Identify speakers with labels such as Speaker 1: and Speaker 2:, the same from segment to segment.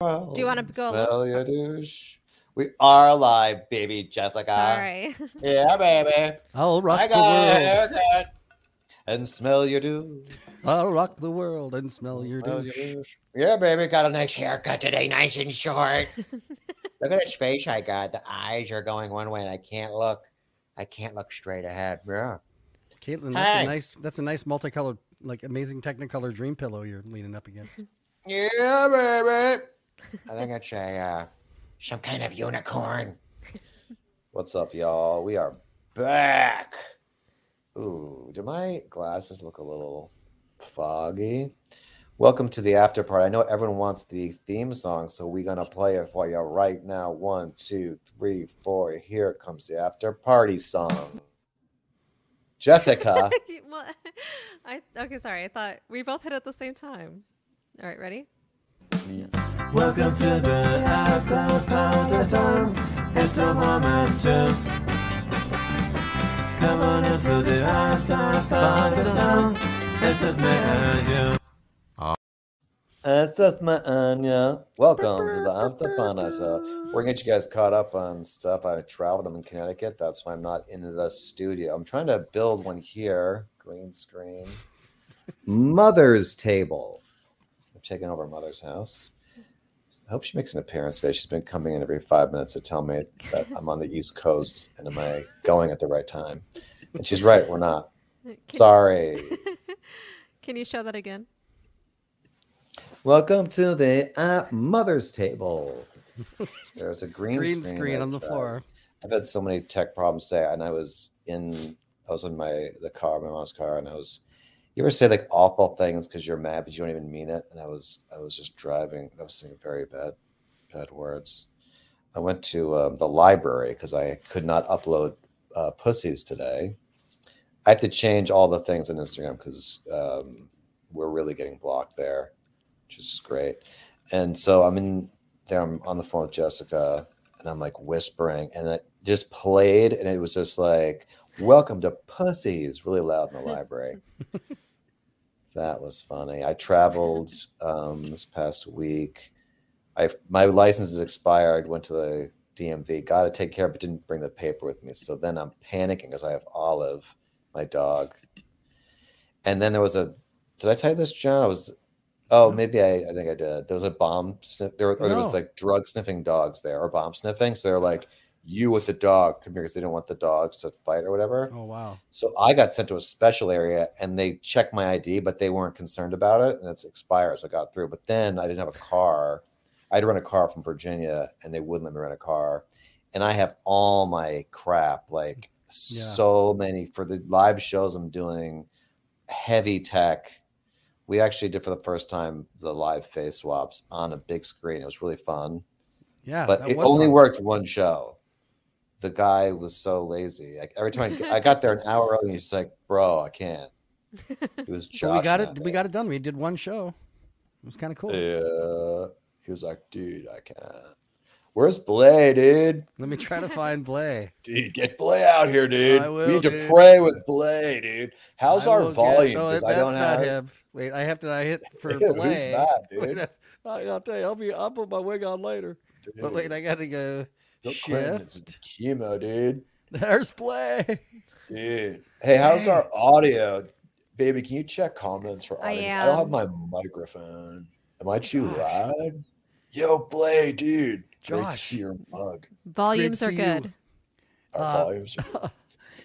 Speaker 1: Do you wanna go a little-
Speaker 2: Smell your douche. We are alive, baby Jessica.
Speaker 1: Sorry.
Speaker 2: Yeah, baby.
Speaker 3: I'll rock
Speaker 2: I
Speaker 3: the
Speaker 2: got a
Speaker 3: world.
Speaker 2: haircut. And smell your douche.
Speaker 3: I'll rock the world and smell your
Speaker 2: Smell
Speaker 3: douche.
Speaker 2: douche. Yeah, baby. Got a nice haircut today, nice and short. look at this face I got. The eyes are going one way, and I can't look. I can't look straight ahead. Yeah.
Speaker 3: Caitlin, that's
Speaker 2: Hey.
Speaker 3: a nice that's a nice multicolored like amazing technicolor dream pillow you're leaning up against.
Speaker 2: Yeah, baby. I think it's a uh, some kind of unicorn. What's up, y'all? We are back. Ooh, do my glasses look a little foggy? Welcome to the after party. I know everyone wants the theme song, so we're gonna play it for you right now. One, two, three, four. Here comes the after party song. Jessica,
Speaker 1: well, I okay. Sorry, I thought we both hit at the same time. All right, ready?
Speaker 4: Welcome to the After Party Zone. It's a moment to come on into the After Party Zone. This is me and you.
Speaker 2: That's just my Anya. Welcome to the Amsa Panasa. We're gonna get you guys caught up on stuff. I traveled. I'm in Connecticut. That's why I'm not in the studio. I'm trying to build one here. Green screen. Mother's table. I'm taking over Mother's house. I hope she makes an appearance today. She's been coming in every five minutes to tell me that I'm on the East Coast and am I going at the right time? And she's right. We're not.
Speaker 1: Can,
Speaker 2: Sorry.
Speaker 1: Can you show that again?
Speaker 2: Welcome to the uh, mother's table. There's a green,
Speaker 3: Green screen
Speaker 2: I
Speaker 3: on the
Speaker 2: tried.
Speaker 3: floor.
Speaker 2: I've had so many tech problems today, and I was in I was in my the car, my mom's car, and I was. You ever say like awful things because you're mad, but you don't even mean it? And I was I was just driving. I was saying very bad, bad words. I went to um, the library because I could not upload uh, pussies today. I have to change all the things on Instagram because um, we're really getting blocked there, which is great. And so I'm in there. I'm on the phone with Jessica, and I'm like whispering, and it just played, and it was just like "Welcome to Pussies" really loud in the library. that was funny. I traveled um, this past week. I my license is expired. Went to the DMV, got to take care, of it, but didn't bring the paper with me. So then I'm panicking because I have Olive, my dog. And then there was a. Did I tell you this, John? I was. Oh, maybe I, I think I did. There was a bomb sniff. There, or there was
Speaker 3: No.
Speaker 2: like drug sniffing dogs there, or bomb sniffing. So they're like, "You with the dog, come here," because they didn't want the dogs to fight or whatever.
Speaker 3: Oh wow.
Speaker 2: So I got sent to a special area and they checked my ID, but they weren't concerned about it. And it's expired. So I got through. But then I didn't have a car. I had to rent a car from Virginia and they wouldn't let me rent a car. And I have all my crap, like
Speaker 3: Yeah.
Speaker 2: so many for the live shows I'm doing, heavy tech. We actually did for the first time the live face swaps on a big screen. It was really fun
Speaker 3: Yeah.
Speaker 2: but
Speaker 3: that
Speaker 2: it
Speaker 3: was
Speaker 2: only
Speaker 3: fun.
Speaker 2: worked one show. The guy was so lazy. Like every time I, I got there an hour early, he's just like, "Bro, I can't." He was.
Speaker 3: But we got
Speaker 2: joshing
Speaker 3: it
Speaker 2: at
Speaker 3: we
Speaker 2: me.
Speaker 3: got it done. We did one show. It was kinda cool.
Speaker 2: Yeah. He was like, "Dude, I can't." Where's Blay, dude?
Speaker 3: Let me try to find Blay.
Speaker 2: Dude, get Blay out here, dude.
Speaker 3: I
Speaker 2: we
Speaker 3: will,
Speaker 2: need to
Speaker 3: dude.
Speaker 2: pray with Blay, dude. How's
Speaker 3: I
Speaker 2: our
Speaker 3: will get-
Speaker 2: volume?
Speaker 3: no,
Speaker 2: 'Cause
Speaker 3: that's
Speaker 2: I don't
Speaker 3: not
Speaker 2: have
Speaker 3: him. Wait, I have to I hit for
Speaker 2: Yeah, who's
Speaker 3: Blay.
Speaker 2: that,
Speaker 3: Wait,
Speaker 2: dude?
Speaker 3: that's- I- I'll tell you, I'll be I'll put my wig on later. But wait,
Speaker 2: Dude,
Speaker 3: I gotta go
Speaker 2: don't claim it's
Speaker 3: shift.
Speaker 2: chemo, dude.
Speaker 3: There's Blay.
Speaker 2: Dude, hey, how's
Speaker 3: Man.
Speaker 2: our audio, baby? Can you check comments for
Speaker 1: I
Speaker 2: audio? I, don't have
Speaker 1: am.
Speaker 2: my microphone. Am I too
Speaker 3: Oh Gosh.
Speaker 2: loud? Yo, Blay, dude. Great to
Speaker 3: Josh.
Speaker 2: see your mug.
Speaker 1: Volumes
Speaker 3: to
Speaker 1: are
Speaker 3: see you.
Speaker 1: good.
Speaker 2: Our
Speaker 3: Uh,
Speaker 2: volumes, are-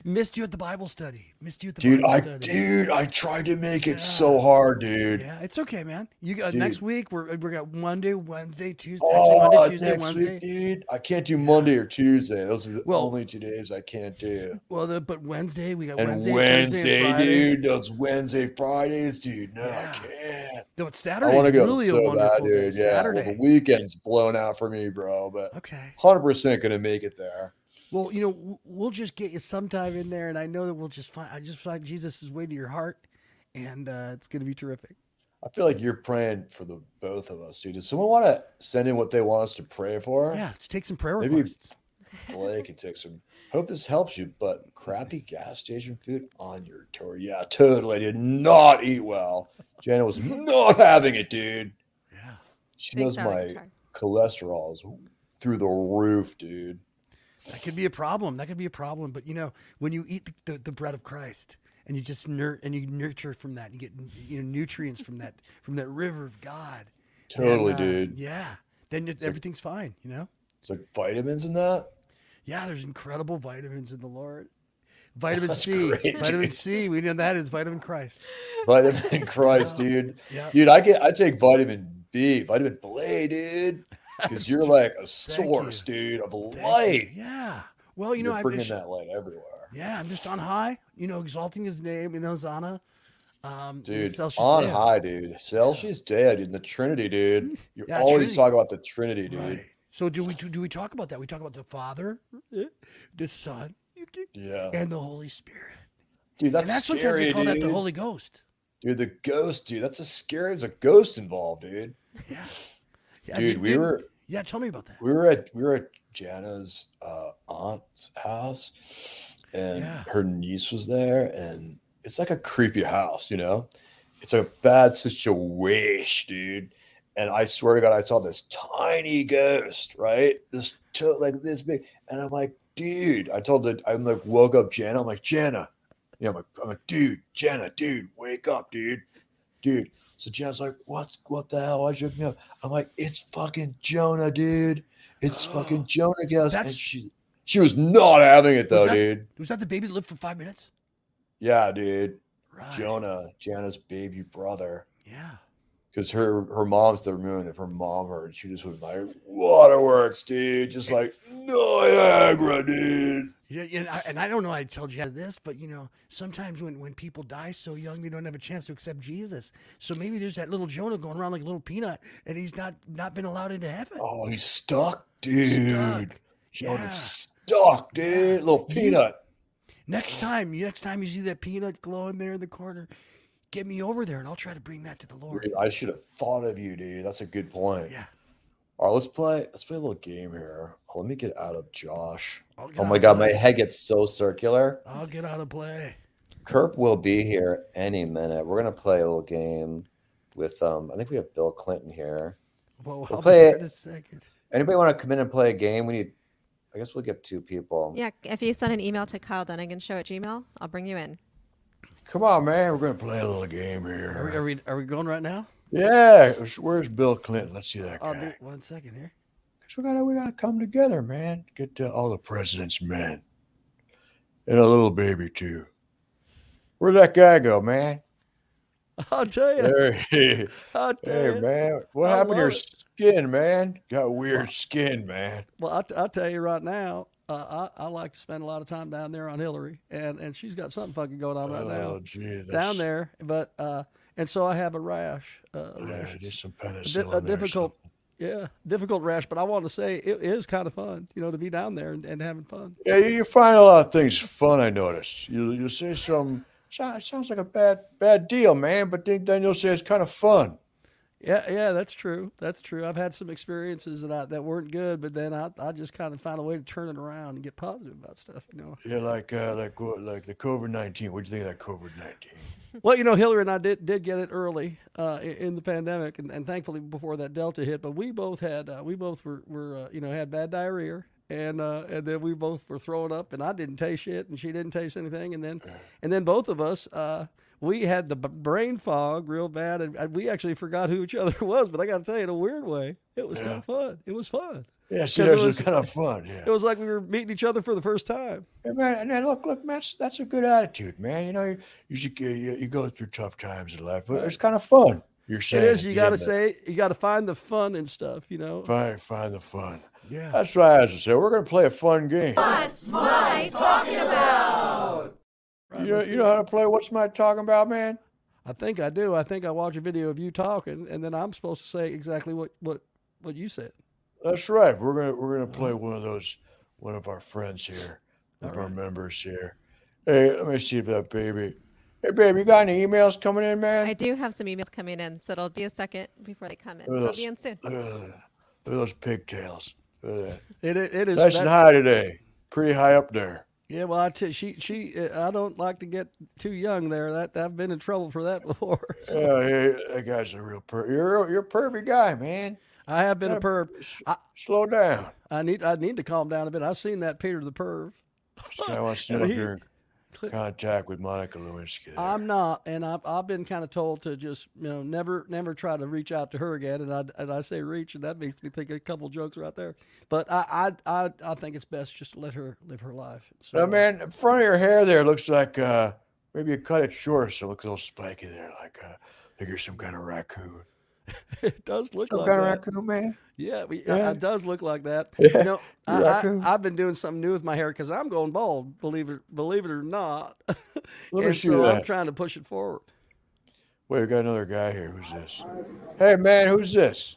Speaker 3: Missed you at the Bible study. Missed you at the
Speaker 2: dude.
Speaker 3: Bible
Speaker 2: I,
Speaker 3: study.
Speaker 2: dude, I tried to make it so
Speaker 3: Yeah.
Speaker 2: hard, dude.
Speaker 3: Yeah, it's okay, man. You got next
Speaker 2: Dude.
Speaker 3: week. We're uh, we got Monday, Wednesday, Tuesday, actually
Speaker 2: Oh,
Speaker 3: Monday, Tuesday,
Speaker 2: next
Speaker 3: Wednesday.
Speaker 2: week, dude. I can't do Monday or Tuesday. Those are the
Speaker 3: Well-
Speaker 2: only two days I can't do.
Speaker 3: Well, the, but Wednesday we got
Speaker 2: And
Speaker 3: Wednesday,
Speaker 2: Wednesday,
Speaker 3: Thursday, and Friday.
Speaker 2: dude. Those Wednesday, Fridays, dude. No,
Speaker 3: Yeah.
Speaker 2: I can't.
Speaker 3: No, it's
Speaker 2: I
Speaker 3: Saturday.
Speaker 2: want to go
Speaker 3: really a
Speaker 2: so bad,
Speaker 3: wonderful
Speaker 2: dude.
Speaker 3: day.
Speaker 2: Yeah,
Speaker 3: Saturday.
Speaker 2: Well, the weekend's blown out for me, bro. But
Speaker 3: okay.
Speaker 2: hundred percent gonna make it there.
Speaker 3: Well, you know, w- we'll just get you sometime in there, and I know that we'll just find. I just find Jesus' way to your heart, and uh, it's going to be terrific.
Speaker 2: I feel like you're praying for the both of us, dude. Does someone want to send in what they want us to pray for?
Speaker 3: Yeah, let's take some prayer
Speaker 2: Maybe-
Speaker 3: requests.
Speaker 2: Blake can take some. Hope this helps you, but crappy gas station food on your tour. Yeah, totally. Did not eat well. Janet was not having it, dude.
Speaker 3: Yeah.
Speaker 2: She
Speaker 1: Things
Speaker 2: knows
Speaker 1: out of
Speaker 2: my
Speaker 1: control.
Speaker 5: cholesterol is through the roof, dude.
Speaker 3: That could be a problem. That could be a problem. But you know, when you eat the, the, the bread of Christ and you just nur- and you nurture from that, you get you know nutrients from that from that river of God. then,
Speaker 5: Totally,
Speaker 3: uh,
Speaker 5: dude.
Speaker 3: Yeah, then it,
Speaker 5: So-
Speaker 3: everything's fine. You know.
Speaker 5: It's like vitamins in that.
Speaker 3: Yeah, there's incredible vitamins in the Lord. Vitamin
Speaker 5: That's
Speaker 3: C,
Speaker 5: great,
Speaker 3: vitamin
Speaker 5: dude.
Speaker 3: C. We know that is vitamin Christ.
Speaker 5: Vitamin Christ, dude.
Speaker 3: Yeah.
Speaker 5: Dude, I get I take vitamin B, vitamin Blay, dude. Because you're like a source, dude, of
Speaker 3: Thank you.
Speaker 5: light.
Speaker 3: Yeah. Well, you know,
Speaker 5: are
Speaker 3: I
Speaker 5: bringing
Speaker 3: wish,
Speaker 5: that light everywhere,
Speaker 3: yeah, I'm just on high. You know, exalting His name in Hosanna. Um, in
Speaker 5: dude.
Speaker 3: Celsius
Speaker 5: On
Speaker 3: Deo.
Speaker 5: high, dude. Celsius dead in the Trinity, dude. You
Speaker 3: Mm-hmm. Yeah,
Speaker 5: always
Speaker 3: Trinity.
Speaker 5: talk about the Trinity, dude.
Speaker 3: Right. So do we do, do we talk about that? We talk about the Father, the Son,
Speaker 5: Yeah,
Speaker 3: and the Holy Spirit.
Speaker 5: dude, that's,
Speaker 3: and that's
Speaker 5: scary,
Speaker 3: sometimes we call
Speaker 5: dude.
Speaker 3: that the Holy Ghost.
Speaker 5: dude, the ghost, dude. That's a scary. There's a ghost involved, dude.
Speaker 3: Yeah. yeah I
Speaker 5: dude,
Speaker 3: mean,
Speaker 5: we
Speaker 3: didn't-
Speaker 5: were
Speaker 3: Yeah, tell me about that.
Speaker 5: we were at we were at Jana's uh, aunt's house, and
Speaker 3: Yeah.
Speaker 5: her niece was there, and it's like a creepy house, you know. It's a bad situation, dude. And I swear to God, I saw this tiny ghost, right? This to- like this big, and I'm like, dude. I told it. I'm like, woke up Jana. I'm like, Jana. You know, I'm like, I'm like, dude, Jana, dude, wake up, dude, dude. So Jana's like, what's what the hell? Why'd you wake me up? I'm like, it's fucking Jonah, dude. It's
Speaker 3: Oh,
Speaker 5: fucking Jonah Ghost. And
Speaker 3: that's-
Speaker 5: she she was not having
Speaker 3: Was
Speaker 5: it though,
Speaker 3: that-
Speaker 5: dude.
Speaker 3: Was that the baby that lived for five minutes?
Speaker 5: Yeah, dude.
Speaker 3: Right.
Speaker 5: Jonah, Jana's baby brother.
Speaker 3: Yeah.
Speaker 5: Because her her mom's the moon. If her mom heard, she just would be like, waterworks, dude. Just like Niagara, dude.
Speaker 3: Yeah, yeah, and I, and I don't know. I tell you this, but you know, sometimes when, when people die so young, they don't have a chance to accept Jesus. So maybe there's that little Jonah going around like a little peanut, and he's not not been allowed into heaven.
Speaker 5: Oh, he's stuck, dude.
Speaker 3: Stuck. Yeah.
Speaker 5: Jonah's stuck, dude. Little
Speaker 3: You-
Speaker 5: peanut.
Speaker 3: Next time, you- next time you see that peanut glowing there in the corner, get me over there, and I'll try to bring that to the Lord.
Speaker 5: Dude, I should have thought of you, dude. That's a good point.
Speaker 3: Yeah.
Speaker 5: All right, let's play. Let's play a little game here. Oh, Let me get out of Josh.
Speaker 3: I'll get
Speaker 5: Oh
Speaker 3: out
Speaker 5: my
Speaker 3: of
Speaker 5: god, my
Speaker 3: play.
Speaker 5: head gets so circular.
Speaker 3: I'll get out of play.
Speaker 5: Kerp will be here any minute. We're gonna play a little game with um. I think we have Bill Clinton here.
Speaker 3: Well,
Speaker 5: We'll
Speaker 3: I'll
Speaker 5: play
Speaker 3: be there
Speaker 5: it.
Speaker 3: in a second.
Speaker 5: Anybody want to come in and play a game? We need. I guess we'll get two people.
Speaker 1: Yeah, if you send an email to Kyle Dunnigan Show at Gmail, I'll bring you in.
Speaker 5: Come on, man. We're gonna play a little game
Speaker 3: Are we,
Speaker 5: here.
Speaker 3: are we are we going right now?
Speaker 5: Yeah. where's- Where's Bill Clinton? Let's see that
Speaker 3: I'll
Speaker 5: guy.
Speaker 3: do one second here.
Speaker 5: 'Cause we gotta we gotta come together, man. Get uh, all the president's men and a little baby too. Where'd that guy go, man?
Speaker 3: I'll tell you.
Speaker 5: There he-
Speaker 3: I'll tell
Speaker 5: Hey
Speaker 3: you.
Speaker 5: man, what
Speaker 3: I
Speaker 5: happened to your
Speaker 3: love it.
Speaker 5: skin, man? Got weird skin, man.
Speaker 3: Well, I'll, t- I'll tell you right now, uh, I, I like to spend a lot of time down there on Hillary, and, and she's got something fucking going on right
Speaker 5: Oh,
Speaker 3: now
Speaker 5: gee, that's,
Speaker 3: down there. But uh, and so I have a rash, uh, a
Speaker 5: Yeah,
Speaker 3: rash.
Speaker 5: just some
Speaker 3: It's a, di-
Speaker 5: penicillin.
Speaker 3: a
Speaker 5: there or
Speaker 3: difficult, yeah, difficult rash. But I want to say it is kind of fun, you know, to be down there and, and having fun.
Speaker 5: something. Yeah, you, you find a lot of things fun. I noticed. You you say some so- sounds like a bad bad deal, man, but then, then you'll say it's kind of fun.
Speaker 3: Yeah, yeah, that's true. That's true. I've had some experiences that I, that weren't good, but then I, I just kind of found a way to turn it around and get positive about stuff, you know.
Speaker 5: Yeah, like uh, like what like the COVID nineteen. What do you think of that COVID nineteen?
Speaker 3: Well, you know, Hillary and I did did get it early uh, i- in the pandemic, and, and thankfully before that Delta hit. But we both had uh, we both were were uh, you know had bad diarrhea, and uh, and then we both were throwing up, and I didn't taste shit, and she didn't taste anything, and then and then both of us. Uh, we had the b- brain fog real bad, and and we actually forgot who each other was. But I got to tell you, in a weird way, it was kind
Speaker 5: Yeah.
Speaker 3: of fun. It was fun.
Speaker 5: Yeah, see,
Speaker 3: 'Cause it
Speaker 5: those
Speaker 3: was-
Speaker 5: are kind of fun. Yeah.
Speaker 3: It was like we were meeting each other for the first time.
Speaker 5: Hey, man, and then look, look, man, that's, that's a good attitude, man. You know, you you, you, you, you go through tough times in life, but it's kind of fun. You're saying
Speaker 3: it is.
Speaker 5: at
Speaker 3: You
Speaker 5: the
Speaker 3: got to
Speaker 5: end of-
Speaker 3: say. You got to find the fun and stuff. You know.
Speaker 5: find find the fun.
Speaker 3: Yeah.
Speaker 5: That's right, as I said, we're gonna play a fun game.
Speaker 3: Right,
Speaker 5: You know,
Speaker 3: let's
Speaker 5: you
Speaker 3: do
Speaker 5: know
Speaker 3: it.
Speaker 5: how to play. What's my talking about, man?
Speaker 3: I think I do. I think I watch a video of you talking, and then I'm supposed to say exactly what what what you said.
Speaker 5: That's right. We're gonna we're gonna play one of those, one of our friends here, one of our members here. Hey, let me see if that baby. Hey, babe, you got any emails coming in, man?
Speaker 1: I do have some emails coming in, so it'll be a second before they come in.
Speaker 5: Look at
Speaker 1: They'll
Speaker 5: those-
Speaker 1: be in soon.
Speaker 5: Look at that. Look at those pigtails. Look at that.
Speaker 3: It i- it is
Speaker 5: Nice and
Speaker 3: that-
Speaker 5: high today. Pretty high up there.
Speaker 3: yeah. Well, I tell she she uh, I don't like to get too young there. That I've been in trouble for that before. So,
Speaker 5: Yeah, yeah, that guy's a real perv. You're a- you're a pervy guy, man.
Speaker 3: I have been a
Speaker 5: Yeah.
Speaker 3: perv.
Speaker 5: S-
Speaker 3: I-
Speaker 5: Slow down.
Speaker 3: I need I need to calm down a bit. I've seen that Peter the perv.
Speaker 5: This guy wants to
Speaker 3: And
Speaker 5: know if
Speaker 3: he-
Speaker 5: you're in contact with Monica Lewinsky. there.
Speaker 3: I'm not, and I've I've been kind of told to just you know never never try to reach out to her again. And I and I say reach, and that makes me think a couple jokes right there. But I I I, I think it's best just to let her live her life. So
Speaker 5: I mean, the front of your hair there looks like uh, maybe you cut it short, so it looks a little spiky there, like uh, like you're some kind of raccoon.
Speaker 3: it does look
Speaker 5: Some
Speaker 3: like
Speaker 5: kind
Speaker 3: that.
Speaker 5: of raccoon, man.
Speaker 3: Yeah, we,
Speaker 5: Yeah.
Speaker 3: uh, it does look like that.
Speaker 5: Yeah,
Speaker 3: You know, I,
Speaker 5: you're raccoon.
Speaker 3: I, I've been doing something new with my hair because I'm going bald. Believe it, believe it or not.
Speaker 5: Let me
Speaker 3: and
Speaker 5: see
Speaker 3: so I'm
Speaker 5: that.
Speaker 3: trying to push it forward.
Speaker 5: Wait, we got another guy here. Who's this? Hey, man, who's this?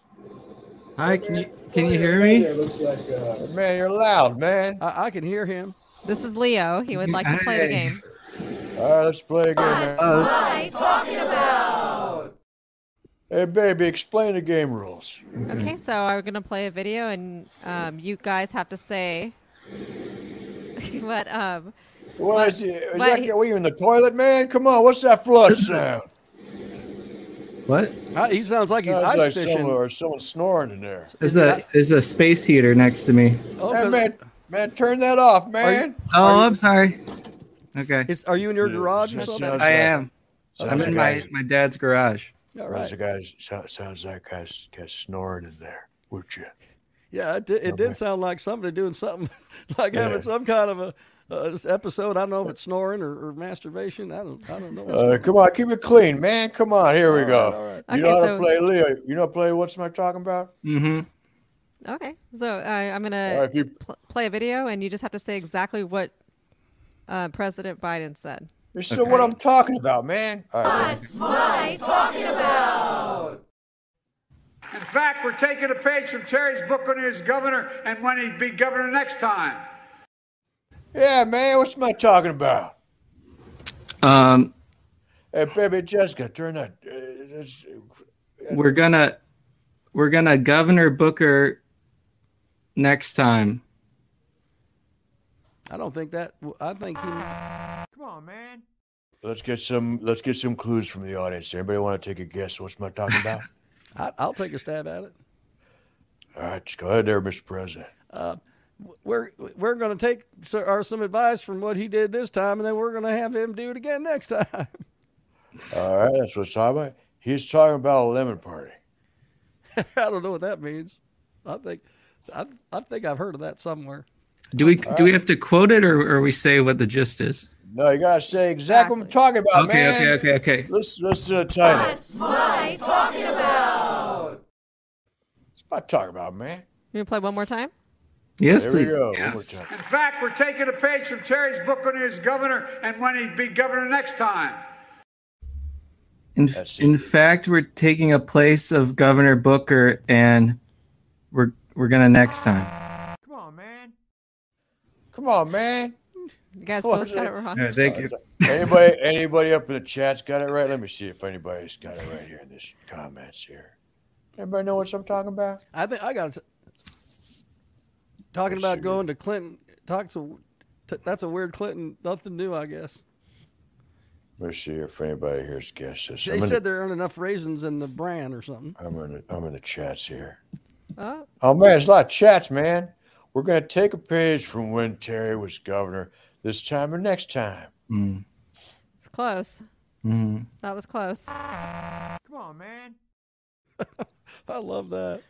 Speaker 6: Hi, can you can you hear me?
Speaker 5: uh, Man, you're loud, man.
Speaker 3: I, I can hear him.
Speaker 1: This is Leo. He would like to play the
Speaker 6: Hey.
Speaker 1: game.
Speaker 5: All right, let's play again, man.
Speaker 6: Uh,
Speaker 5: Hey, baby, explain the game rules.
Speaker 1: Okay, so I'm gonna play a video, and um, you guys have to say what um
Speaker 5: What is it? Is
Speaker 1: what-
Speaker 5: that, what, you in the toilet, man? Come on, what's that flush sound?
Speaker 6: what?
Speaker 3: I, he sounds like he's
Speaker 5: Sounds
Speaker 3: ice
Speaker 5: like
Speaker 3: fishing.
Speaker 5: someone, or someone snoring in there.
Speaker 6: There's a there's a space heater next to me.
Speaker 3: Oh,
Speaker 5: Hey,
Speaker 3: does-
Speaker 5: man, man, turn that off, man.
Speaker 6: Oh, I'm sorry. Okay,
Speaker 3: is, are you in your
Speaker 5: Yeah,
Speaker 3: garage or
Speaker 5: that
Speaker 3: something?
Speaker 5: sounds-
Speaker 6: I am.
Speaker 5: Sounds
Speaker 6: I'm
Speaker 5: like
Speaker 6: in
Speaker 5: guys-
Speaker 6: my my dad's garage.
Speaker 3: All
Speaker 5: Right.
Speaker 3: right.
Speaker 5: The guys so- sounds like guys guys snoring in there, would you?
Speaker 3: Yeah, it did, it
Speaker 5: Okay.
Speaker 3: did sound like somebody doing something, like
Speaker 5: Oh, Yeah.
Speaker 3: having some kind of a uh, this episode. I don't know if it's snoring or, or masturbation. I don't. I don't know. what's
Speaker 5: Uh,
Speaker 3: going
Speaker 5: come on, keep it clean, man. Come on, here we
Speaker 3: All right,
Speaker 5: go.
Speaker 3: all right.
Speaker 5: You
Speaker 1: Okay,
Speaker 5: know how to
Speaker 1: so-
Speaker 5: play Leo. You know how to play what's my talking about?
Speaker 6: Mm-hmm.
Speaker 1: okay. So uh, I'm
Speaker 5: All
Speaker 1: gonna
Speaker 5: right, if you
Speaker 1: pl- play a video, and you just have to say exactly what uh, President Biden said.
Speaker 5: you're still what I'm talking about, man. All right,
Speaker 7: In fact, we're taking a page from Terry's book when he was governor and when he'd be governor next time.
Speaker 5: yeah, man. What's my talking about?
Speaker 6: Um,
Speaker 5: Hey, baby Jessica, turn that. Uh, this-
Speaker 6: we're gonna we're gonna Governor Booker next time.
Speaker 3: on. I don't think that. I think he.
Speaker 5: come on, man. Let's get some. Let's get some clues from the audience. Anybody want to take a guess? What's my talking about?
Speaker 3: I, I'll take a stab at it.
Speaker 5: All right, just go ahead there, Mr. President.
Speaker 3: We're we're going to take so- our, some advice from what he did this time, and then we're going to have him do it again next time.
Speaker 5: All right, that's what it's talking about. He's talking about a lemon party.
Speaker 3: I don't know what that means. I think I, I think I've heard of that somewhere.
Speaker 6: Do we do we have to quote it or, or we say what the gist is?
Speaker 5: No, you gotta say exactly what I'm talking about,
Speaker 6: Okay,
Speaker 5: Oh, man.
Speaker 6: okay, okay, okay.
Speaker 5: Let's let's do the title. What's my talking about? What's my talking about, man?
Speaker 1: You gonna play one more time?
Speaker 6: Yes,
Speaker 5: There we
Speaker 6: please.
Speaker 5: go. One
Speaker 6: Yeah.
Speaker 5: more time.
Speaker 7: In fact, we're taking a page from Terry's book when he was governor and when he'd be governor next time.
Speaker 6: In,
Speaker 5: That's it.
Speaker 6: in fact, we're taking a place of Governor Booker, and we're we're gonna next time.
Speaker 5: Come on, man. Come on, man.
Speaker 1: You guys
Speaker 5: Well,
Speaker 1: both got it wrong.
Speaker 6: All right, thank you.
Speaker 5: Anybody anybody up in the chat's got it right? Let me see if anybody's got it right here in this comments here. Everybody know what I'm talking about?
Speaker 3: I think I got talking
Speaker 5: Let's
Speaker 3: about
Speaker 5: see.
Speaker 3: going to Clinton. Talks a, t- that's a weird Clinton. Nothing new, I guess.
Speaker 5: Let's see if anybody here's guessed this.
Speaker 3: They
Speaker 5: I'm in,
Speaker 3: said
Speaker 5: the,
Speaker 3: there aren't enough raisins in the bran or something.
Speaker 5: I'm, in the, I'm in the chats here.
Speaker 1: Oh,
Speaker 5: Oh man, there's a lot of chats, man. We're gonna take a page from when Terry was governor this time or next time.
Speaker 6: Mm,
Speaker 1: it's close.
Speaker 5: Mm-hmm.
Speaker 6: mm.
Speaker 1: That was close.
Speaker 5: Come on, man.
Speaker 3: I love that.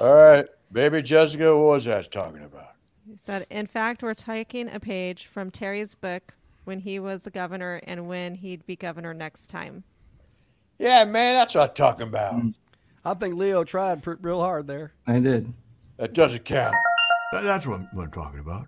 Speaker 5: All right, baby Jessica, what was I talking about?
Speaker 1: He said, "In fact, we're taking a page from Terry's book when he was the governor and when he'd be governor next time."
Speaker 5: Yeah, man, that's what I'm talking about.
Speaker 3: Hmm. I think Leo tried pr- real hard there.
Speaker 6: I did.
Speaker 5: That doesn't count. that's what I'm, talking about.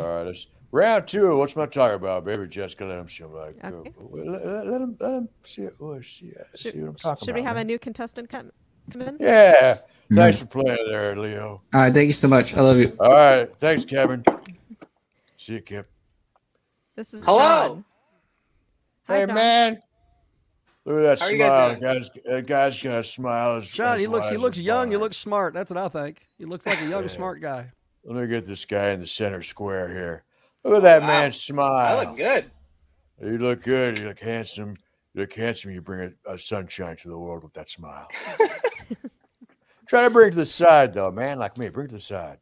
Speaker 5: All right, it's round two. What's my talking about, baby Jessica? Let him see. I'm
Speaker 1: Okay.
Speaker 5: like, uh, let, let- let him, let him see it. Oh, see, see what I'm talking
Speaker 1: Should
Speaker 5: about.
Speaker 1: we have a
Speaker 5: man.
Speaker 1: new contestant come come in?
Speaker 5: Yeah. Thanks
Speaker 3: Mm-hmm.
Speaker 5: for playing there, Leo.
Speaker 6: All right, thank you so much. I love you.
Speaker 5: All right, thanks, Kevin. See you, Kip.
Speaker 1: This is
Speaker 8: Hello.
Speaker 1: John. Hi,
Speaker 5: Hey
Speaker 1: John.
Speaker 5: man, look at that
Speaker 8: How are you
Speaker 5: smile.
Speaker 8: guys
Speaker 5: The guy's, that guy's got a smile. as-
Speaker 3: John,
Speaker 5: as
Speaker 3: he looks he
Speaker 5: wide
Speaker 3: looks
Speaker 5: as a
Speaker 3: young. He
Speaker 5: barn.
Speaker 3: looks smart. That's what I think. He looks like a young, smart guy.
Speaker 5: Let me get this guy in the center square here. Look at that
Speaker 8: Wow.
Speaker 5: man's smile.
Speaker 8: I look Oh, good.
Speaker 5: You look good. You look handsome. You look handsome. You bring a, a sunshine to the world with that smile. Try to bring it to the side, though, man. Like me, bring it to the side.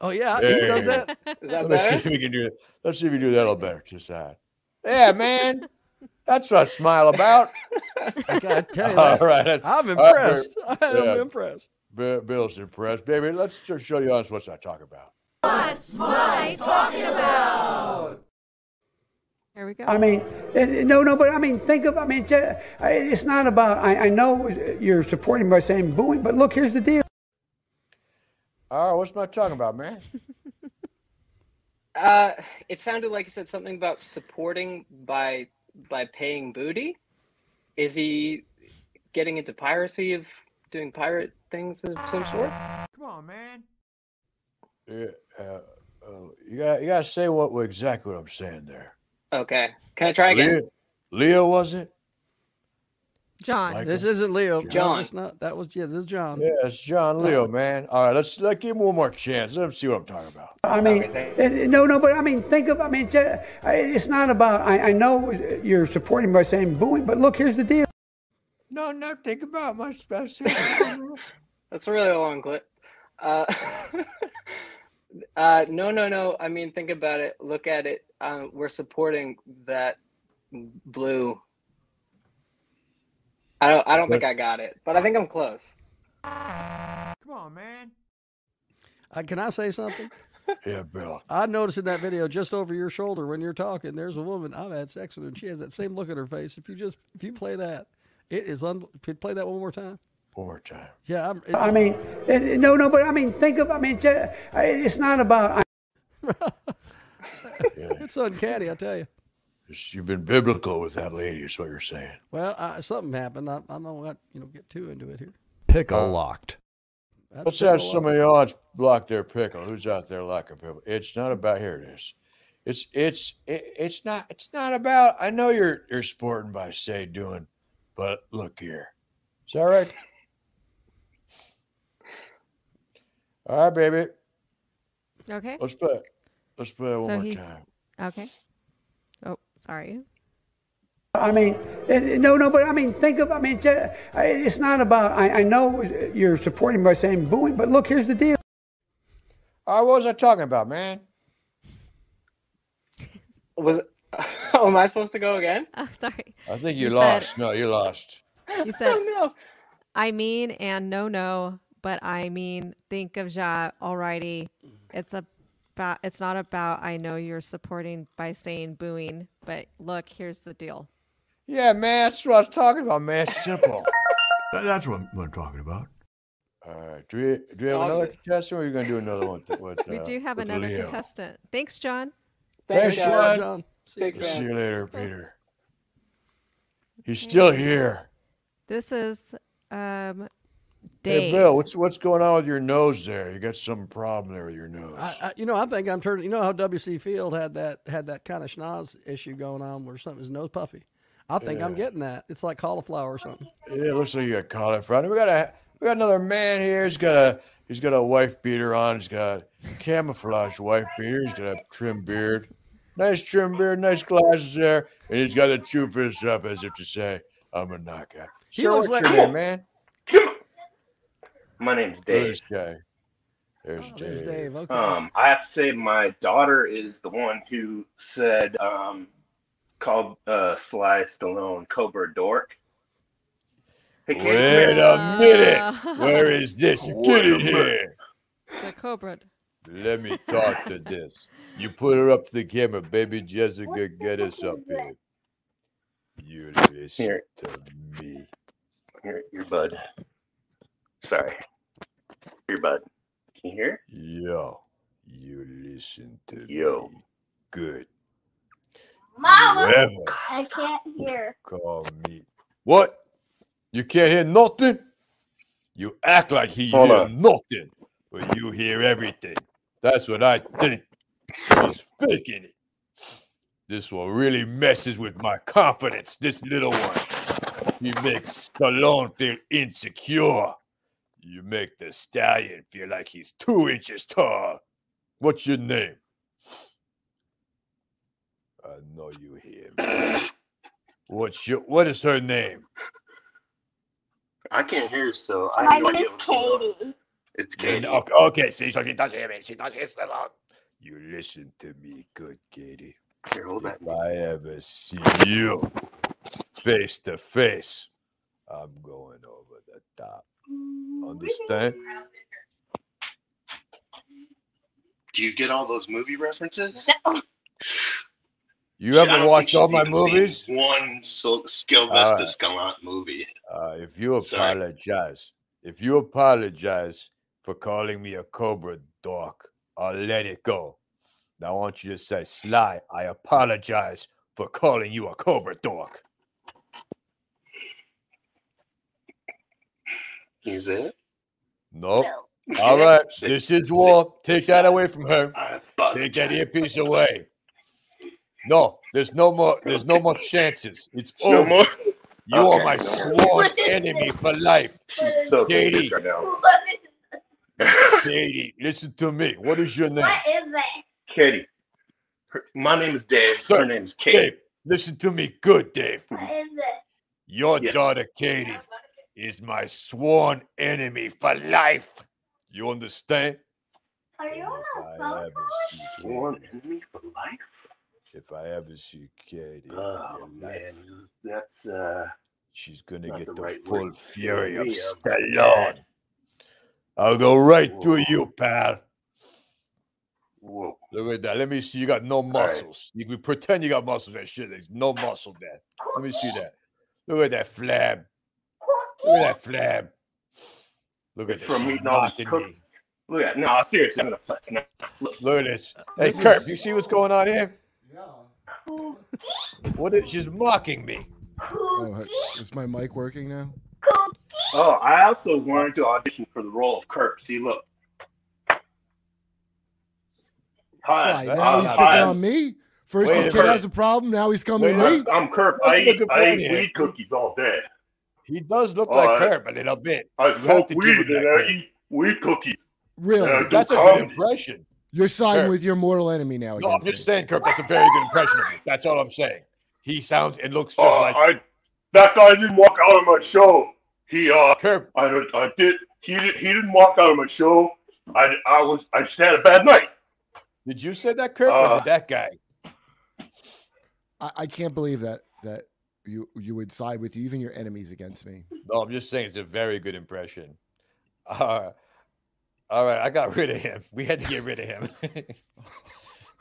Speaker 3: Oh yeah,
Speaker 5: There
Speaker 3: he
Speaker 5: you
Speaker 3: does
Speaker 5: go.
Speaker 3: that.
Speaker 8: Is that
Speaker 5: Let's see
Speaker 8: better?
Speaker 5: if we can do. Let's see if you do that a little better to the side. Yeah, man. That's what I smile about.
Speaker 3: I gotta tell you
Speaker 5: All
Speaker 3: that.
Speaker 5: right, that's-
Speaker 3: I'm
Speaker 5: right, we're-
Speaker 3: impressed. I'm
Speaker 5: Uh, yeah.
Speaker 3: impressed.
Speaker 5: Bi- Bill's impressed, baby. Let's just show you honest what's I talk about.
Speaker 1: Here we go.
Speaker 9: I mean, eh, no, no, but I mean, think of, I mean, ju- I- it's not about, I, I know you're supporting by saying booing, but look, here's the deal.
Speaker 5: All right, Oh, what's my talking about, man?
Speaker 8: Uh, it sounded like he said something about supporting by by paying booty. Is he getting into piracy of doing pirate things of some sort?
Speaker 5: Come on, man. Yeah, uh, uh, you got you got to say what what- exactly what I'm saying there.
Speaker 8: Okay, can I try again?
Speaker 5: Leo, Leo was it?
Speaker 1: John.
Speaker 5: Like-
Speaker 3: This isn't Leo.
Speaker 8: John.
Speaker 3: No, it's not. That was yeah. This is John.
Speaker 5: Yeah, it's John Leo, man. All right, let's let give him one more chance. Let him see what I'm talking about.
Speaker 9: I mean,
Speaker 8: Oh, Okay,
Speaker 9: eh, no, no, but I mean, think of, I mean, ju- I- it's not about, I, I know you're supporting by saying booing, but look, here's the deal.
Speaker 5: No, no, think about my special.
Speaker 8: That's a really long clip. Uh, uh, no, no, no. I mean, think about it. Look at it. Um, we're supporting that blue. I don't. I don't think I got it, but I think I'm close.
Speaker 3: Uh, can I say something?
Speaker 5: yeah, Bill.
Speaker 3: I noticed in that video, just over your shoulder when you're talking, there's a woman I've had sex with, and she has that same look on her face. If you just if you play that, it is un. if you Play that one more time.
Speaker 5: One more time.
Speaker 3: Yeah, I'm,
Speaker 9: I mean, eh, no, no, but I mean, think of, I mean, ju- I- it's not about, I,
Speaker 5: Yeah,
Speaker 3: it's uncanny. I tell you.
Speaker 5: it's- you've been biblical with that lady. Is what you're saying.
Speaker 3: Well, I, something happened. I, I don't want you know get too into it here.
Speaker 10: Pickle
Speaker 5: Uh,
Speaker 10: locked.
Speaker 3: That's
Speaker 5: Let's
Speaker 3: been a
Speaker 5: have
Speaker 3: while.
Speaker 5: some of the odds block their pickle. Who's out there like a pickle? It's not about here it is. It's it's it, it's not it's not about I know you're you're sporting by say doing, but look here. Is that right? All right, baby.
Speaker 1: okay.
Speaker 5: Let's play. Let's play one
Speaker 1: So
Speaker 5: more
Speaker 1: he's-
Speaker 5: time.
Speaker 1: Okay. Oh, sorry.
Speaker 9: I mean, eh, no, no, but I mean, think of, I mean, ju- I- it's not about, I, I know you're supporting by saying booing, but look, here's the deal.
Speaker 5: All right, Oh, what was I talking about, man?
Speaker 8: Was oh, am I supposed to go again?
Speaker 1: Oh, sorry.
Speaker 5: I think you,
Speaker 1: You said-
Speaker 5: lost. no, you lost.
Speaker 1: You
Speaker 8: Oh
Speaker 1: said
Speaker 8: no!
Speaker 1: I mean and no no, but I mean think of Ja alrighty. It's about it's not about I know you're supporting by saying booing, but look, here's the deal.
Speaker 5: Yeah, man, that's what I was talking about, man. It's simple. That- that's what I'm, what I'm talking about. All right. Do we do we have
Speaker 8: Dog
Speaker 5: another
Speaker 8: it.
Speaker 5: contestant, or are you going to do another one? With, with,
Speaker 1: We
Speaker 5: uh,
Speaker 1: do have
Speaker 5: with
Speaker 1: another
Speaker 5: Leo?
Speaker 1: contestant. Thanks, John.
Speaker 8: Thanks,
Speaker 5: Thanks,
Speaker 8: John.
Speaker 5: John.
Speaker 3: John. See
Speaker 8: Big
Speaker 3: you.
Speaker 5: See
Speaker 8: fan.
Speaker 5: you later, Peter. He's still here.
Speaker 1: This is um
Speaker 5: Hey,
Speaker 1: Dave.
Speaker 5: Bill, what's what's going on with your nose there? You got some problem there with your nose.
Speaker 3: I, I, you know, I think I'm turning. You know how WC Field had that had that kind of schnoz issue going on where something is nose puffy. I think I'm
Speaker 5: Yeah.
Speaker 3: getting that. It's like cauliflower or something.
Speaker 5: yeah, it looks like you got cauliflower. We got a we got another man here. He's got a he's got a wife beater on. He's got a camouflage wife beater. He's got a trim beard. Nice trim beard, nice glasses there, and he's got a two fists up as if to say, "I'm a knockout."
Speaker 3: He
Speaker 5: Sir,
Speaker 3: looks
Speaker 5: what's
Speaker 3: like-
Speaker 5: your name, man?
Speaker 11: My name's
Speaker 5: There's
Speaker 11: Dave.
Speaker 5: guy. There's
Speaker 3: Oh,
Speaker 5: Dave.
Speaker 3: there's Dave. Okay.
Speaker 11: Um, I have to say, my daughter is the one who said, um, called uh, Sly Stallone Cobra Dork. Hey, can
Speaker 5: Wait
Speaker 11: you
Speaker 5: a minute. Where is this? You get in
Speaker 11: Wait a
Speaker 5: here.
Speaker 1: The Cobra.
Speaker 5: Let me talk to this. You put her up to the camera, baby Jessica. Get us up here. You listen
Speaker 11: Here.
Speaker 5: to me.
Speaker 11: hear your bud? Sorry, your bud. Can you hear?
Speaker 5: Yo. You listen to
Speaker 11: Yo.
Speaker 5: me. Good.
Speaker 12: Mama,
Speaker 5: You ever
Speaker 12: I can't hear.
Speaker 5: call me. What? You can't hear nothing? You act like he
Speaker 11: Hold
Speaker 5: hear
Speaker 11: on.
Speaker 5: nothing, but you hear everything. That's what I think. He's faking it. This one really messes with my confidence. This little one. He makes Stallone feel insecure. You make the stallion feel like he's two inches tall. What's your name? I know you hear me. What's your what is her name?
Speaker 11: I can't hear, so I
Speaker 13: My
Speaker 11: have no
Speaker 13: name
Speaker 11: idea
Speaker 13: is
Speaker 11: what's going on.
Speaker 13: Katie.
Speaker 11: It's
Speaker 4: Then,
Speaker 11: Katie.
Speaker 4: okay, okay, see, so she does hear me. She does hear the lot. You listen to me, good Katie.
Speaker 11: Here, hold that.
Speaker 4: If I ever see you face to face, I'm going over the top. Understand?
Speaker 11: Do you get all those movie references?
Speaker 4: You
Speaker 11: I
Speaker 4: ever
Speaker 11: don't
Speaker 4: watched
Speaker 11: think
Speaker 4: all
Speaker 11: she's
Speaker 4: my
Speaker 11: even seen
Speaker 4: movies?
Speaker 11: One Sil-
Speaker 4: All
Speaker 11: Sylvester
Speaker 4: right.
Speaker 11: Stallone movie.
Speaker 4: Uh, if you
Speaker 11: Sorry.
Speaker 4: apologize, if you apologize for calling me a cobra dork, I'll let it go. Now, I want you to say, Sly, I apologize for calling you a cobra dork.
Speaker 11: Is it?
Speaker 4: Nope. Oh, All right. This is war. Take that away from her.
Speaker 11: I
Speaker 4: Take that
Speaker 11: apologize.
Speaker 4: earpiece away. No, there's no more. There's no more chances. It's
Speaker 11: No
Speaker 4: over.
Speaker 11: more.
Speaker 4: You are
Speaker 11: Okay,
Speaker 4: my
Speaker 11: no more.
Speaker 4: sworn
Speaker 13: Which is-
Speaker 4: enemy for life.
Speaker 11: She's so
Speaker 4: Katie.
Speaker 11: confused right now.
Speaker 13: What is,
Speaker 4: Katie, listen to me. What is your name?
Speaker 13: what is it?
Speaker 11: Katie. Her- my name is Dave.
Speaker 4: Sir,
Speaker 11: Her name is Katie.
Speaker 4: Dave, listen to me good, Dave.
Speaker 13: What is it?
Speaker 4: Your
Speaker 11: Yes.
Speaker 4: daughter, Katie, is my sworn enemy for life. You understand?
Speaker 13: Are you on a
Speaker 4: If I
Speaker 13: phone?
Speaker 4: ever see
Speaker 11: Sworn
Speaker 4: Katie-
Speaker 11: enemy for life.
Speaker 4: if I ever see Katie, in
Speaker 11: Oh
Speaker 4: real life,
Speaker 11: man, that's uh.
Speaker 4: she's going to
Speaker 11: Not
Speaker 4: get
Speaker 11: the
Speaker 4: the,
Speaker 11: right
Speaker 4: full
Speaker 11: words for
Speaker 4: fury of
Speaker 11: me, I'm
Speaker 4: Stallone. I'll go right through
Speaker 11: Whoa.
Speaker 4: you, pal.
Speaker 11: Whoa.
Speaker 4: Look at that. Let me see. You got no muscles. You can pretend you got muscles and shit. There's no muscle there. Let me see that. Look at that flab. Look at that flab. Look at
Speaker 11: It's
Speaker 4: this.
Speaker 11: from
Speaker 4: She's
Speaker 11: eating all these
Speaker 4: mocking
Speaker 11: cookies.
Speaker 4: me.
Speaker 11: Look at no, seriously, I'm gonna flex now. Look,
Speaker 4: Look at this. Hey,
Speaker 3: This
Speaker 4: Kurt,
Speaker 3: is-
Speaker 4: you see what's going on here?
Speaker 14: Yeah.
Speaker 4: What is she's mocking me?
Speaker 14: Oh, he- is my mic working now?
Speaker 11: Oh, I also wanted to audition for the role of Kurt. See, look. Hi,
Speaker 14: Sly,
Speaker 4: uh,
Speaker 14: now he's
Speaker 4: uh,
Speaker 14: picking
Speaker 11: hi.
Speaker 14: on me. First,
Speaker 4: Wait
Speaker 14: this
Speaker 4: a
Speaker 14: kid
Speaker 11: minute.
Speaker 14: has a problem. Now he's coming to
Speaker 4: Wait
Speaker 14: me.
Speaker 4: a-
Speaker 11: I'm Kurt.
Speaker 4: That's
Speaker 11: I
Speaker 4: a
Speaker 11: eat,
Speaker 4: good
Speaker 11: I eat
Speaker 4: point here.
Speaker 11: weed cookies all day.
Speaker 4: He does look
Speaker 11: Oh,
Speaker 4: like
Speaker 11: I-
Speaker 4: Kurt a little bit.
Speaker 11: I
Speaker 4: You have
Speaker 11: smoke
Speaker 4: to give
Speaker 11: weed
Speaker 4: him that,
Speaker 11: and I
Speaker 4: Kurt.
Speaker 11: eat weed cookies.
Speaker 14: Really?
Speaker 11: Yeah. I do
Speaker 4: That's a good
Speaker 11: comedy.
Speaker 4: impression.
Speaker 14: You're siding
Speaker 4: Sure.
Speaker 14: with your mortal enemy now
Speaker 4: No, I'm
Speaker 14: against
Speaker 4: just
Speaker 14: me.
Speaker 4: saying, Kurt, that's a very good impression of you. That's all I'm saying. He sounds and looks just
Speaker 11: Uh,
Speaker 4: like
Speaker 11: I that guy didn't walk out of my show. He uh,
Speaker 4: Kurt.
Speaker 11: I don't- I did he did, he didn't walk out of my show. I I was I just had a bad night.
Speaker 4: Did you say that, Kurt, or
Speaker 11: Uh,
Speaker 4: did that guy?
Speaker 14: I, I can't believe that that you you would side with even your enemies against me.
Speaker 4: No, I'm just saying it's a very good impression. Uh, all right, I got rid of him. We had to get rid of him.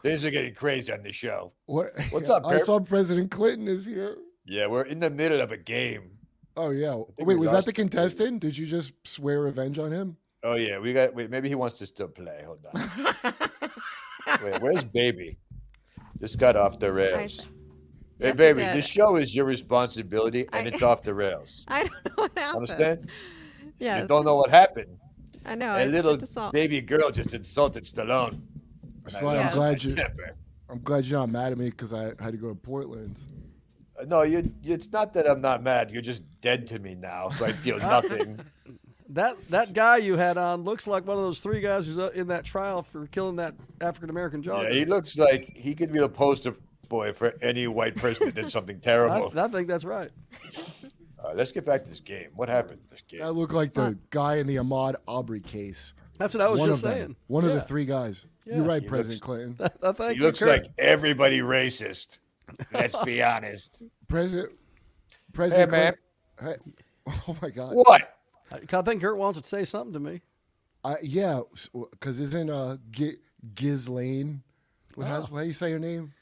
Speaker 4: Things are getting crazy on the show.
Speaker 14: What?
Speaker 4: What's up,
Speaker 14: I
Speaker 4: Kurt?
Speaker 14: saw President Clinton is here.
Speaker 4: Yeah, we're in the middle of a game.
Speaker 14: Oh yeah.
Speaker 4: think we
Speaker 14: Wait, was that
Speaker 4: lost
Speaker 14: the
Speaker 4: him, didn't we?
Speaker 14: contestant? Did you just swear revenge on him?
Speaker 4: Oh yeah, we got. Wait, maybe he wants to still play. Hold on. Wait, where's baby? Just got off the rails. Hey,
Speaker 1: Yes, he
Speaker 4: baby,
Speaker 1: did.
Speaker 4: this show is your responsibility, and
Speaker 1: I-
Speaker 4: it's off the rails.
Speaker 1: I don't know what happened.
Speaker 4: Understand?
Speaker 1: Yes.
Speaker 4: You don't know what happened.
Speaker 1: I know.
Speaker 4: a
Speaker 1: I
Speaker 4: little
Speaker 1: did this all-
Speaker 4: baby girl just insulted Stallone. and I
Speaker 14: Sly,
Speaker 1: Yes.
Speaker 4: lost
Speaker 14: I'm
Speaker 4: my
Speaker 14: glad you.
Speaker 4: temper.
Speaker 14: I'm glad you're not mad at me because I had to go to Portland.
Speaker 4: Uh, No, you. It's not that I'm not mad. You're just dead to me now, so I feel nothing.
Speaker 3: That that guy you had on looks like one of those three guys who's uh, in that trial for killing that African American
Speaker 4: yeah,
Speaker 3: jogger.
Speaker 4: he looks like he could be the poster boy for any white person that did something
Speaker 3: I,
Speaker 4: terrible.
Speaker 3: I think that's right.
Speaker 4: Uh, let's get back to this game. What happened to this game?
Speaker 14: That looked like the guy in the Ahmad Aubrey case.
Speaker 3: That's what I was
Speaker 14: One
Speaker 3: just
Speaker 14: of
Speaker 3: saying.
Speaker 14: them. One of
Speaker 3: Yeah.
Speaker 14: the three guys.
Speaker 3: Yeah.
Speaker 14: You're right,
Speaker 4: He
Speaker 14: President Clinton.
Speaker 3: I thank
Speaker 4: he
Speaker 3: you,
Speaker 4: looks
Speaker 3: Kurt.
Speaker 4: like everybody racist. Let's be honest.
Speaker 14: President. President
Speaker 4: man.
Speaker 14: Clinton. Hey- oh my God.
Speaker 4: What?
Speaker 3: I, I think Kurt wants to say something to me.
Speaker 14: I, yeah, because isn't uh G- Giz Lane? What, how's- how do you say your name?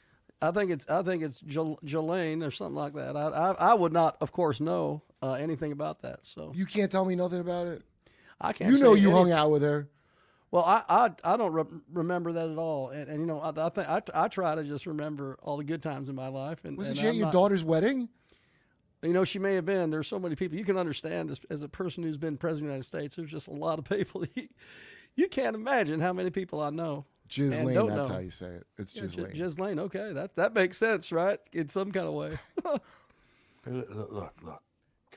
Speaker 3: I think it's I think it's Jel- Jelaine or something like that. I I, I would not, of course, know uh, anything about that. So
Speaker 14: You can't tell me nothing about it.
Speaker 3: I can't.
Speaker 14: you know
Speaker 3: say
Speaker 14: you
Speaker 3: any-
Speaker 14: hung out with her.
Speaker 3: Well, I I, I don't re- remember that at all. And, and you know, I, I think I, I try to just remember all the good times in my life. And
Speaker 14: Wasn't
Speaker 3: and
Speaker 14: she at
Speaker 3: I'm
Speaker 14: your
Speaker 3: not-
Speaker 14: daughter's wedding?
Speaker 3: You know, she may have been. There's so many people you can understand as, as a person who's been president of the United States. There's just a lot of people. You, you can't imagine how many people I know.
Speaker 14: Giz
Speaker 3: And
Speaker 14: Lane.
Speaker 3: don't
Speaker 14: That's
Speaker 3: know.
Speaker 14: how you say it. It's
Speaker 3: Yeah,
Speaker 14: Giz
Speaker 3: Gi-
Speaker 14: Lane.
Speaker 3: Ghislaine, Okay, that that makes sense, right? In some kind of way.
Speaker 4: Look, look, look.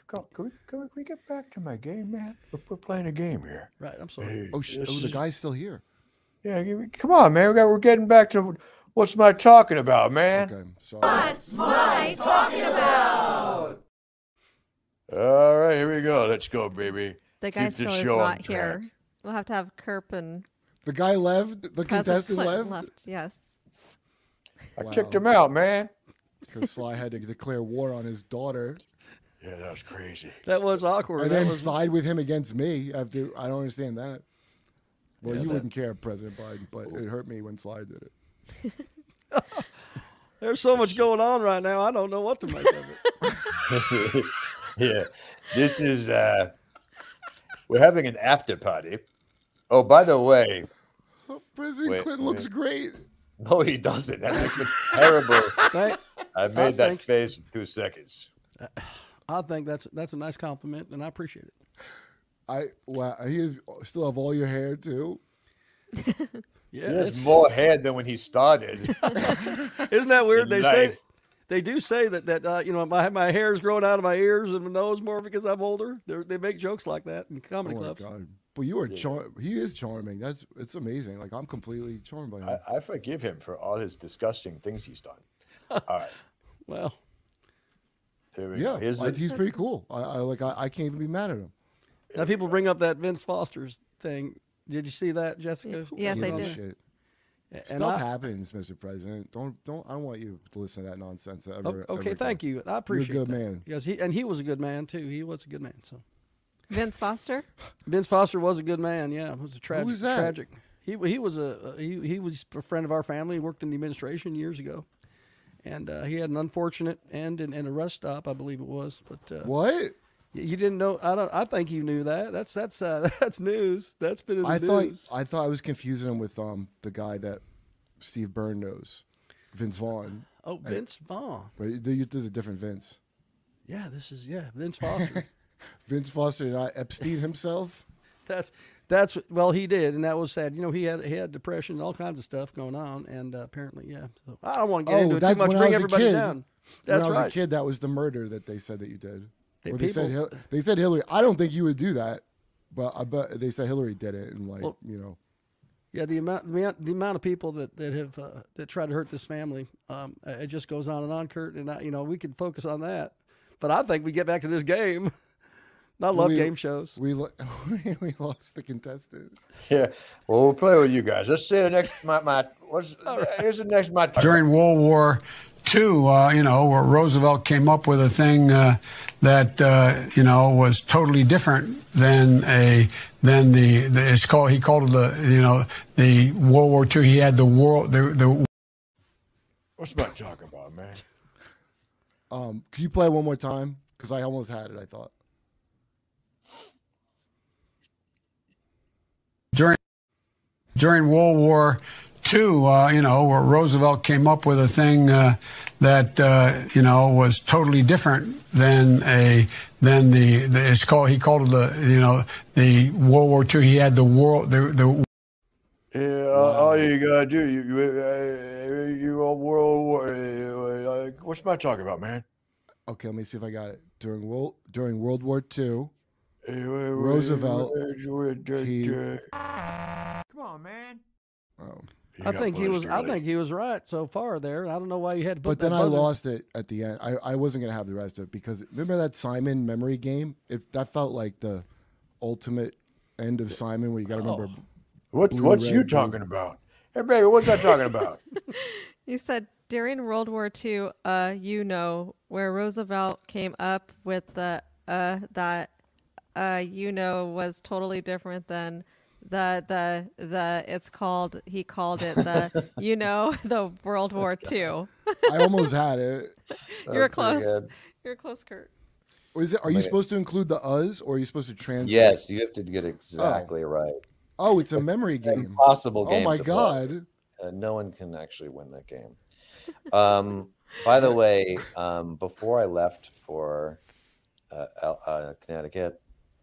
Speaker 4: Can, can, we, can, we, can we get back to my game, man? We're, we're playing a game here.
Speaker 3: right. I'm sorry.
Speaker 14: oh, sh-
Speaker 4: This
Speaker 14: oh, the
Speaker 4: is-
Speaker 14: guy's still here.
Speaker 4: Yeah, give me- come on, man. We got, we're getting back to what's my talking about, man.
Speaker 14: Okay, sorry.
Speaker 4: All right, here we go. Let's go, baby.
Speaker 1: The
Speaker 4: Keep
Speaker 1: guy
Speaker 4: this
Speaker 1: still is
Speaker 4: show on
Speaker 1: not
Speaker 4: track.
Speaker 1: here. We'll have to have Kerp and
Speaker 14: The guy left. The
Speaker 1: Cousin
Speaker 14: contestant
Speaker 1: Clinton
Speaker 14: left
Speaker 1: left. Yes.
Speaker 4: I kicked him out, man.
Speaker 14: because Sly had to declare war on his daughter,
Speaker 4: Yeah, that was crazy.
Speaker 3: That was awkward.
Speaker 14: and
Speaker 3: that
Speaker 14: then
Speaker 3: was,
Speaker 14: side with him against me. After I don't understand that. Well,
Speaker 3: Yeah,
Speaker 14: you
Speaker 3: that-
Speaker 14: wouldn't care, President Biden, but it hurt me when Sly did it.
Speaker 3: there's so much going on right now. I don't know what to make of it.
Speaker 4: yeah, this is. uh We're having an after party. Oh, by the way,
Speaker 14: Oh, President
Speaker 4: Wait,
Speaker 14: Clinton looks
Speaker 4: wait.
Speaker 14: great.
Speaker 4: no, he doesn't. That looks terrible.
Speaker 3: Thank,
Speaker 4: I made that
Speaker 3: think-
Speaker 4: face in two seconds.
Speaker 3: I think that's that's a nice compliment, and I appreciate it.
Speaker 14: I wow, you still have all your hair too.
Speaker 3: Yeah,
Speaker 4: He has
Speaker 3: it's-
Speaker 4: more hair than when he started.
Speaker 3: Isn't that weird?
Speaker 4: in
Speaker 3: They say
Speaker 4: life.
Speaker 3: they do say that that uh, you know my my hair is growing out of my ears and my nose more because I'm older. They're, they make jokes like that in
Speaker 14: Oh
Speaker 3: comedy
Speaker 14: my
Speaker 3: clubs.
Speaker 14: god! But you are char- He is charming. That's it's amazing. Like I'm completely charmed by him.
Speaker 4: I, I forgive him for all his disgusting things he's done. All right,
Speaker 3: Well,
Speaker 4: here we
Speaker 14: yeah,
Speaker 4: go. Here's
Speaker 14: like,
Speaker 4: the-
Speaker 14: he's pretty cool. I, I like. I, I can't even be mad at him.
Speaker 3: now people bring up that Vince Foster's thing. Did you see that, Jessica?
Speaker 1: yes,
Speaker 3: Was
Speaker 1: I
Speaker 14: Oh,
Speaker 3: on
Speaker 1: did.
Speaker 3: there?
Speaker 14: Shit.
Speaker 3: And
Speaker 14: Stuff
Speaker 3: I-
Speaker 14: happens, Mr. President. Don't don't. I don't want you to listen to that nonsense. Ever,
Speaker 3: o- okay,
Speaker 14: ever
Speaker 3: thank you. I
Speaker 14: You're a
Speaker 3: appreciate
Speaker 14: good
Speaker 3: that.
Speaker 14: man.
Speaker 3: Because he and he was a good man too. He was a good man. So
Speaker 1: Vince Foster.
Speaker 3: Vince Foster was a good man. Yeah, it was a tragic.
Speaker 14: was that?
Speaker 3: Tragic. He he was a he he was a friend of our family. He worked in the administration years ago, and uh, he had an unfortunate end in, in a rest stop, I believe it was. But uh,
Speaker 14: What?
Speaker 3: y- you didn't know? I don't. I think you knew that. That's that's uh, that's news. That's been in the
Speaker 14: I thought
Speaker 3: news.
Speaker 14: I thought I was confusing him with um the guy that Steve Byrne knows, Vince Vaughn.
Speaker 3: oh, Vince Vaughn.
Speaker 14: But there- there's a different Vince.
Speaker 3: Yeah, this is yeah Vince Foster.
Speaker 14: Vince Foster did not Epstein himself.
Speaker 3: that's that's well he did, and that was sad. You know he had he had depression and all kinds of stuff going on, and uh, apparently yeah. So I don't want to get
Speaker 14: Oh,
Speaker 3: into it too
Speaker 14: that's
Speaker 3: much.
Speaker 14: when I
Speaker 3: Bring
Speaker 14: was a
Speaker 3: everybody
Speaker 14: kid.
Speaker 3: down.
Speaker 14: when
Speaker 3: That's
Speaker 14: I was
Speaker 3: right.
Speaker 14: a kid, that was the murder that they said that you did.
Speaker 3: Hey,
Speaker 14: Well, they said
Speaker 3: people-
Speaker 14: Hil- they said Hillary. I don't think you would do that, but I bet they said Hillary did it, and like
Speaker 3: Well-
Speaker 14: you know,
Speaker 3: Yeah, the amount the amount, the amount of people that that have uh, that tried to hurt this family, um, uh, it just goes on and on, Kurt. And I, you know, we could focus on that, but I think we get back to this game. I love
Speaker 14: We-
Speaker 3: game shows.
Speaker 14: we lo- we lost the contestant.
Speaker 4: Yeah, well, we'll play with you guys. Let's see the next my my. What's here's the next my.
Speaker 15: during World War II, uh, you know, where Roosevelt came up with a thing uh, that uh, you know was totally different than a than the, the it's called he called it the you know the World War II. He had the world the the
Speaker 4: What's my talking about, man?
Speaker 14: Um, can you play one more time? Because I almost had it. I thought.
Speaker 15: during during World War II, uh, you know, where Roosevelt came up with a thing uh, that uh, you know was totally different than a than the, the it's called he called it the you know the World War II. He had the world the, the
Speaker 4: Yeah, all- all you gotta do, you you, uh, you all World War. uh, uh, What's my talking about, man?
Speaker 14: Okay, let me see if I got it. During world during World War II,
Speaker 4: Uh, uh,
Speaker 14: Roosevelt,
Speaker 4: uh, uh, uh,
Speaker 14: he-
Speaker 4: uh, Come on, man.
Speaker 14: oh,
Speaker 3: I think he was. I
Speaker 4: Really.
Speaker 3: think he was right so far there. I don't know why you had to put
Speaker 14: but then
Speaker 3: that
Speaker 14: I
Speaker 3: buzzer-
Speaker 14: lost it at the end. I, I wasn't gonna have the rest of it because remember that Simon memory game? If that felt like the ultimate end of Simon, where you got to remember.
Speaker 4: What
Speaker 14: Blue,
Speaker 4: what's you
Speaker 14: red, blue.
Speaker 4: talking about? Hey, baby, what's I talking about?
Speaker 1: He said during World War II, uh, you know, where Roosevelt came up with the uh that uh you know was totally different than the the the it's called he called it the you know the World War II.
Speaker 14: I almost had it.
Speaker 1: You're
Speaker 4: That's pretty
Speaker 1: close.
Speaker 4: good.
Speaker 1: You're close, Kurt.
Speaker 14: Is it? Are you supposed to include the us, or are you supposed to translate?
Speaker 2: Yes, you have to get exactly right.
Speaker 14: Oh, it's a memory game.
Speaker 2: Impossible
Speaker 14: Oh
Speaker 2: game.
Speaker 14: my
Speaker 2: to play.
Speaker 14: god!
Speaker 2: Uh, no one can actually win that game. Um, by the way, um, before I left for uh, L- uh, Connecticut,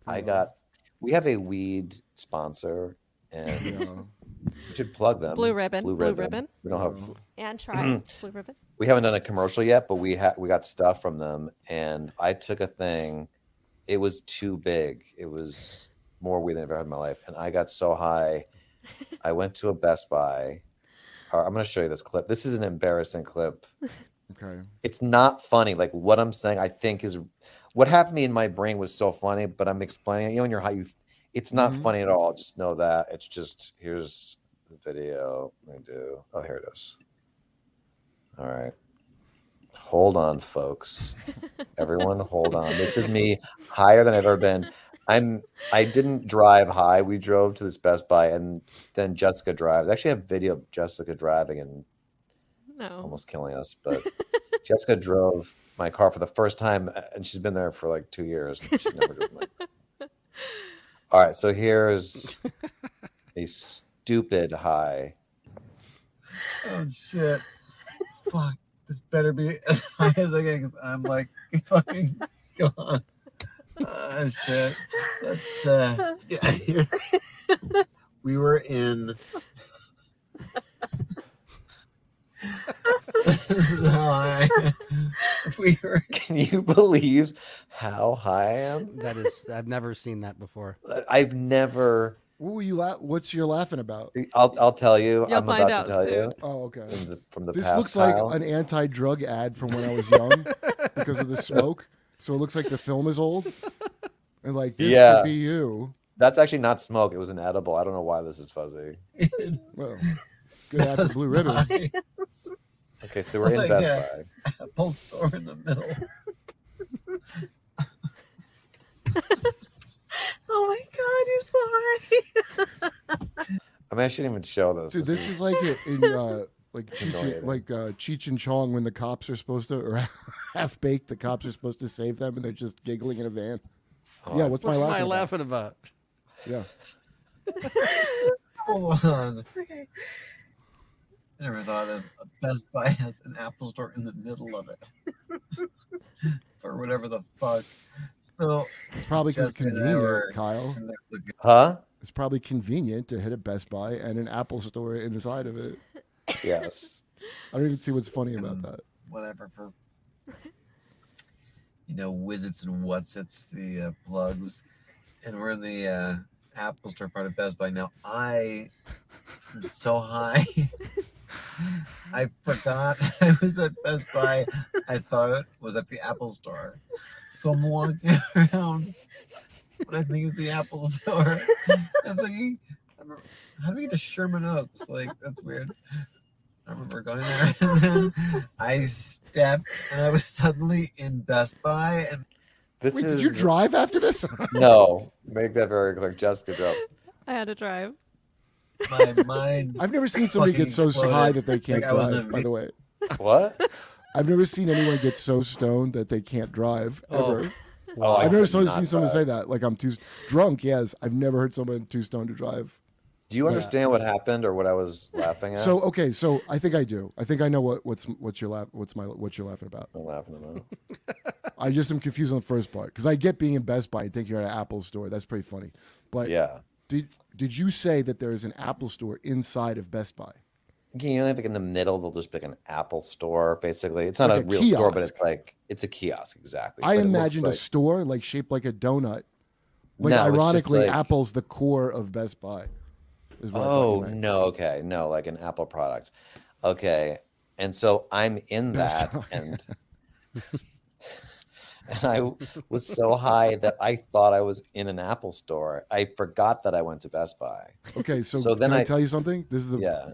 Speaker 14: Uh-huh.
Speaker 2: I got we have a weed sponsor, and
Speaker 14: No.
Speaker 2: we should plug them.
Speaker 1: Blue ribbon, blue ribbon.
Speaker 2: We don't
Speaker 14: Uh-huh.
Speaker 2: have
Speaker 1: And try blue ribbon.
Speaker 2: we haven't done a commercial yet, but we had we got stuff from them, and I took a thing. It was too big. It was more weed than I've ever had in my life, and I got so high. I went to a Best Buy. Uh, I'm going to show you this clip. This is an embarrassing clip.
Speaker 14: Okay.
Speaker 2: It's not funny. Like what I'm saying, I think is what happened to me in my brain was so funny, but I'm explaining it. You know, when you're high, you, it's not
Speaker 14: Mhm.
Speaker 2: funny at all. Just know that it's just here's the video. I do. Oh, here it is. All right. Hold on, folks. Everyone, hold on. This is me higher than I've ever been. I'm. I didn't drive high. We drove to this Best Buy, and then Jessica drives. I actually have video of Jessica driving and
Speaker 1: No.
Speaker 2: almost killing us. But Jessica drove my car for the first time, uh, and she's been there for like two years. And she's never driven my All right, so here's a stupid high.
Speaker 16: Oh shit! Fuck! This better be as high as I get because I'm like fucking gone. Oh shit! Let's uh, let's get out of here. We were in. this is how I. We were.
Speaker 2: Can you believe how high I am?
Speaker 17: That is, I've never seen that before.
Speaker 2: I've never.
Speaker 14: What were you la- What's you're laughing about?
Speaker 2: I'll I'll tell you.
Speaker 14: You'll
Speaker 2: I'm
Speaker 14: find
Speaker 2: about
Speaker 14: out
Speaker 2: to tell you.
Speaker 14: soon. Oh, okay.
Speaker 2: From the, from the
Speaker 14: This
Speaker 2: past
Speaker 14: looks like
Speaker 2: tile.
Speaker 14: an anti-drug ad from when I was young because of the smoke. So it looks like the film is old. And like this
Speaker 2: Yeah.
Speaker 14: could be you.
Speaker 2: That's actually not smoke. It was an edible. I don't know why this is fuzzy.
Speaker 14: Well, good ad for Blue Ribbon.
Speaker 2: Okay, so we're in
Speaker 16: Like
Speaker 2: Best
Speaker 16: a Apple store in the middle.
Speaker 18: Oh my god, you're so high.
Speaker 2: I mean, I shouldn't even show this.
Speaker 14: Dude, this is like it in uh, like Cheech and,
Speaker 2: Humiliating.
Speaker 14: like uh, Cheech and Chong when the cops are supposed to or half baked the cops are supposed to save them and they're just giggling in a van. yeah, what's, my
Speaker 3: What's my
Speaker 14: laughing? about?
Speaker 3: laughing about?
Speaker 14: Yeah.
Speaker 16: Hold on.
Speaker 18: okay.
Speaker 16: I never thought of a Best Buy has an Apple store in the middle of it. For whatever the fuck. So
Speaker 14: It's probably because it's
Speaker 16: Jessica and I
Speaker 14: convenient,
Speaker 16: were-
Speaker 14: Kyle.
Speaker 2: Huh?
Speaker 14: It's probably convenient to hit a Best Buy and an Apple store inside of it.
Speaker 2: Yes.
Speaker 14: I don't even see what's funny
Speaker 3: Mm.
Speaker 14: about that.
Speaker 16: whatever for you know wizards and what's it's the uh, plugs and we're in the uh, apple store part of best buy now i am so high i forgot i was at best buy i thought it was at the apple store so i'm walking around but i think it's the apple store i'm thinking I remember, how do we get to sherman oaks like that's weird I remember going there, and then I stepped, and I was suddenly in Best Buy, and
Speaker 2: This
Speaker 14: Wait,
Speaker 2: is
Speaker 14: did you drive after this?
Speaker 2: No, make that very quick. Jessica drove.
Speaker 1: I had to drive.
Speaker 16: my mind.
Speaker 14: I've never seen somebody get so
Speaker 16: fucking exploded.
Speaker 14: high that they can't
Speaker 16: Like, I was in a
Speaker 14: drive. By the way,
Speaker 2: What?
Speaker 14: I've never seen anyone get so stoned that they can't drive
Speaker 2: Oh.
Speaker 14: ever.
Speaker 2: Oh, I
Speaker 14: I've never
Speaker 2: could
Speaker 14: so-
Speaker 2: not
Speaker 14: seen someone say
Speaker 2: drive.
Speaker 14: that. Like I'm too s- drunk. Yes, I've never heard someone too stoned to drive.
Speaker 2: Do you
Speaker 14: Yeah.
Speaker 2: understand what happened or what I was laughing at?
Speaker 14: So okay, so I think I do. I think I know what what's what's your laugh what's my what you're laughing about.
Speaker 2: I'm laughing about.
Speaker 14: I just am confused on the first part because I get being in Best Buy and think you're at an Apple store. That's pretty funny. But
Speaker 2: Yeah.
Speaker 14: did did you say that there is an Apple store inside of Best Buy?
Speaker 2: Again, you know, like in the middle, they'll just pick an Apple store. Basically, it's not
Speaker 14: Like
Speaker 2: a,
Speaker 14: a
Speaker 2: real store, but it's
Speaker 14: kiosk.
Speaker 2: like it's a kiosk exactly.
Speaker 14: I
Speaker 2: but it looks
Speaker 14: imagined a
Speaker 2: like-
Speaker 14: store like shaped like a donut. Like
Speaker 2: No, it's just
Speaker 14: ironically,
Speaker 2: like-
Speaker 14: Apple's the core of Best Buy. Is what I thought you
Speaker 2: Oh
Speaker 14: meant.
Speaker 2: no, okay, no, like an Apple product. Okay, and so I'm in
Speaker 14: Best
Speaker 2: that,
Speaker 14: Buy.
Speaker 2: and and I w- was so high that I thought I was in an Apple store. I forgot that I went to Best Buy.
Speaker 14: Okay, so,
Speaker 2: So then
Speaker 14: can I,
Speaker 2: I-
Speaker 14: tell you something? This is the
Speaker 2: Yeah.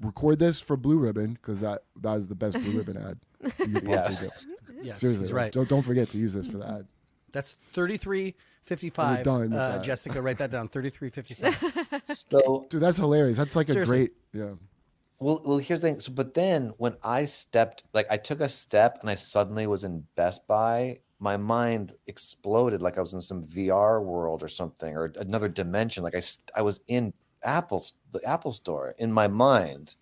Speaker 14: record this for Blue Ribbon because that that is the best Blue Ribbon ad you could possibly
Speaker 2: Yeah.
Speaker 14: do.
Speaker 17: Yes,
Speaker 14: Seriously,
Speaker 17: he's
Speaker 14: like,
Speaker 17: right.
Speaker 14: Don't don't forget to use this for that.
Speaker 17: That's 3355.
Speaker 14: done with
Speaker 17: Uh,
Speaker 14: that.
Speaker 17: Jessica, write that down. 3355.
Speaker 2: So
Speaker 14: Dude, that's hilarious. That's like
Speaker 17: Seriously.
Speaker 14: a great yeah.
Speaker 2: Well, well, here's the thing. So, but then when I stepped, like I took a step and I suddenly was in Best Buy, my mind exploded like I was in some VR world or something or another dimension. Like I, s- I was in Apple's the Apple store in my mind.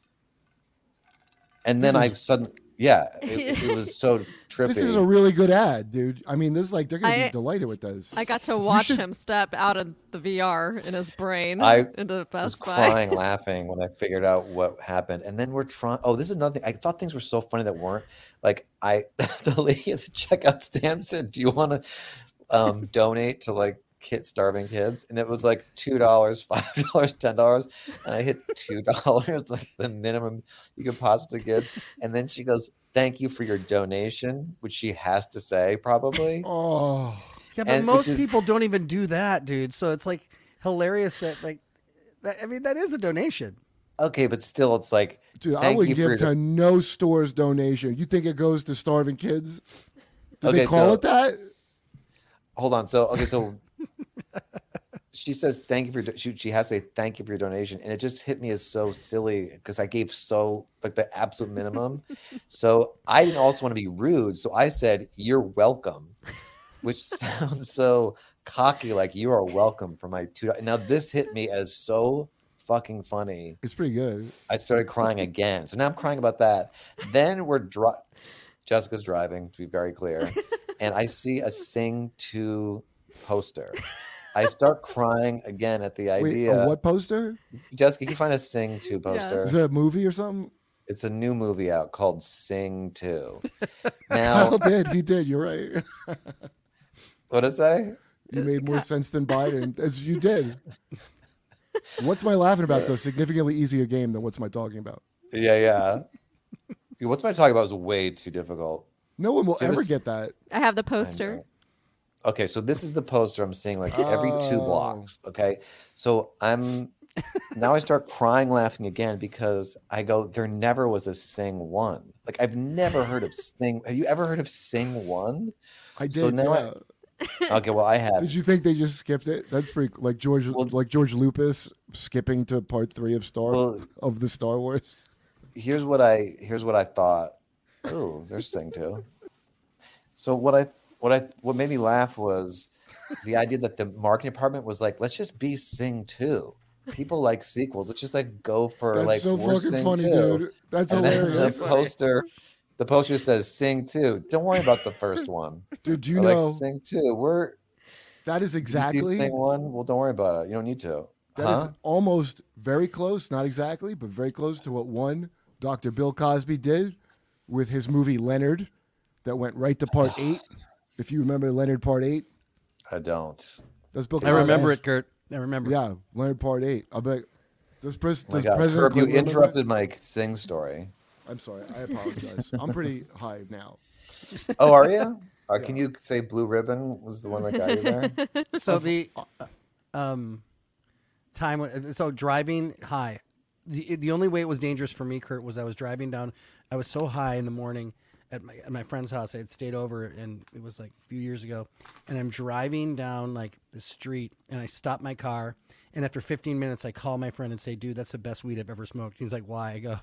Speaker 2: And then
Speaker 14: This
Speaker 2: I suddenly, yeah, it, it was so trippy.
Speaker 14: This is a really good ad, dude. I mean, this is like they're gonna
Speaker 1: I-
Speaker 14: be delighted with this.
Speaker 1: I got to watch him step out of the VR in his brain
Speaker 2: I
Speaker 1: into
Speaker 2: was
Speaker 1: Best Buy.
Speaker 2: crying, laughing when I figured out what happened. And then we're trying. Oh, this is another thing. I thought things were so funny that weren't. Like I, the lady at the checkout stand said, "Do you want to um, donate to like kids, starving kids, and it was like two dollars, five dollars, ten dollars, and I hit two dollars, like the minimum you could possibly give. And then she goes, "Thank you for your donation," which she has to say probably.
Speaker 3: Oh, yeah, but
Speaker 2: And which
Speaker 3: most
Speaker 2: is-
Speaker 3: people don't even do that, dude. So it's like hilarious that like, that, I mean, that is a donation.
Speaker 2: Okay, but still, it's like,
Speaker 14: Dude, I
Speaker 2: thank
Speaker 14: would
Speaker 2: you for
Speaker 14: give
Speaker 2: your-
Speaker 14: to no store's donation. You think it goes to starving kids? Do they
Speaker 2: Okay,
Speaker 14: call
Speaker 2: so-
Speaker 14: it that?
Speaker 2: hold on. So okay, so she says thank you for your do- she she has to say thank you for your donation, and it just hit me as so silly because I gave so like the absolute minimum. so I didn't also want to be rude, so I said you're welcome, which sounds so cocky, like you are welcome for my two. do-" Now this hit me as so fucking funny.
Speaker 14: It's pretty good.
Speaker 2: I started crying again. So now I'm crying about that. Then we're dri- Jessica's driving, to be very clear, and I see a Sing 2 poster. I start crying again at the
Speaker 14: Wait,
Speaker 2: idea.
Speaker 14: a what poster?
Speaker 2: Jessica, can you find a Sing 2 poster?
Speaker 14: Is it a movie or something?
Speaker 2: It's a new movie out called Sing 2.
Speaker 14: Kyle
Speaker 2: Now,
Speaker 14: did. He did. You're right.
Speaker 2: what did I say?
Speaker 14: You made more sense than Biden. As you did. What's my laughing about? though? significantly easier game than what's my talking about.
Speaker 2: Yeah, yeah. Yeah, What's my talking about is way too difficult.
Speaker 14: No one will
Speaker 2: Give
Speaker 14: ever
Speaker 2: us-
Speaker 14: get that.
Speaker 1: I have the poster.
Speaker 2: Okay, so this is the poster I'm seeing like every two
Speaker 14: Oh.
Speaker 2: blocks. Okay, so I'm now I start crying laughing again because I go, there never was a Sing One. Like, I've never heard of Sing. Have you ever heard of Sing One?
Speaker 14: I did.
Speaker 2: So now I-
Speaker 14: yeah.
Speaker 2: Okay, well, I have.
Speaker 14: Did you think they just skipped it? That's pretty like George like George Lucas skipping to part three of Star
Speaker 2: Well-
Speaker 14: of the Star Wars.
Speaker 2: here's what I here's what I thought. Oh, there's Sing Two. So what I what I what made me laugh was the idea that the marketing department was like, let's just be Sing Two. People like sequels. Let's just like go for
Speaker 14: That's
Speaker 2: like
Speaker 14: so
Speaker 2: we're
Speaker 14: fucking
Speaker 2: Sing
Speaker 14: funny,
Speaker 2: 2.
Speaker 14: dude. That's
Speaker 2: And then
Speaker 14: hilarious.
Speaker 2: The poster, the poster says Sing Two. Don't worry about the first one.
Speaker 14: Dude, do you
Speaker 2: Or, like,
Speaker 14: know-
Speaker 2: Sing Two? We're
Speaker 14: That is
Speaker 2: you see
Speaker 14: exactly
Speaker 2: Sing One. Well, don't worry about it. You don't need to.
Speaker 14: That is almost very close, not exactly, but very close to what one Dr. Bill Cosby did with his movie Leonard that went right to part eight. If you remember Leonard part eight,
Speaker 2: I don't. Oh
Speaker 14: that's Bill
Speaker 17: I remember
Speaker 14: Cosby's-
Speaker 17: it, Kurt. I remember.
Speaker 14: Yeah, Leonard part eight. I bet. Does, pres-
Speaker 2: Oh my
Speaker 14: does
Speaker 2: God,
Speaker 14: President
Speaker 2: Kirk, you
Speaker 14: Clinton remember
Speaker 2: interrupted my Sing story.
Speaker 14: that? I'm sorry. I apologize. I'm pretty high now.
Speaker 2: Oh, are you? Uh, Can you say Blue Ribbon was the one that got you there?
Speaker 17: So the uh, um, time when- uh, so driving high. The, the only way it was dangerous for me, Kurt, was I was driving down. I was so high in the morning at my at my friend's house. I had stayed over, and it was like a few years ago. And I'm driving down like the street, and I stop my car. And after 15 minutes, I call my friend and say, "Dude, that's the best weed I've ever smoked." He's like, "Why?" I go,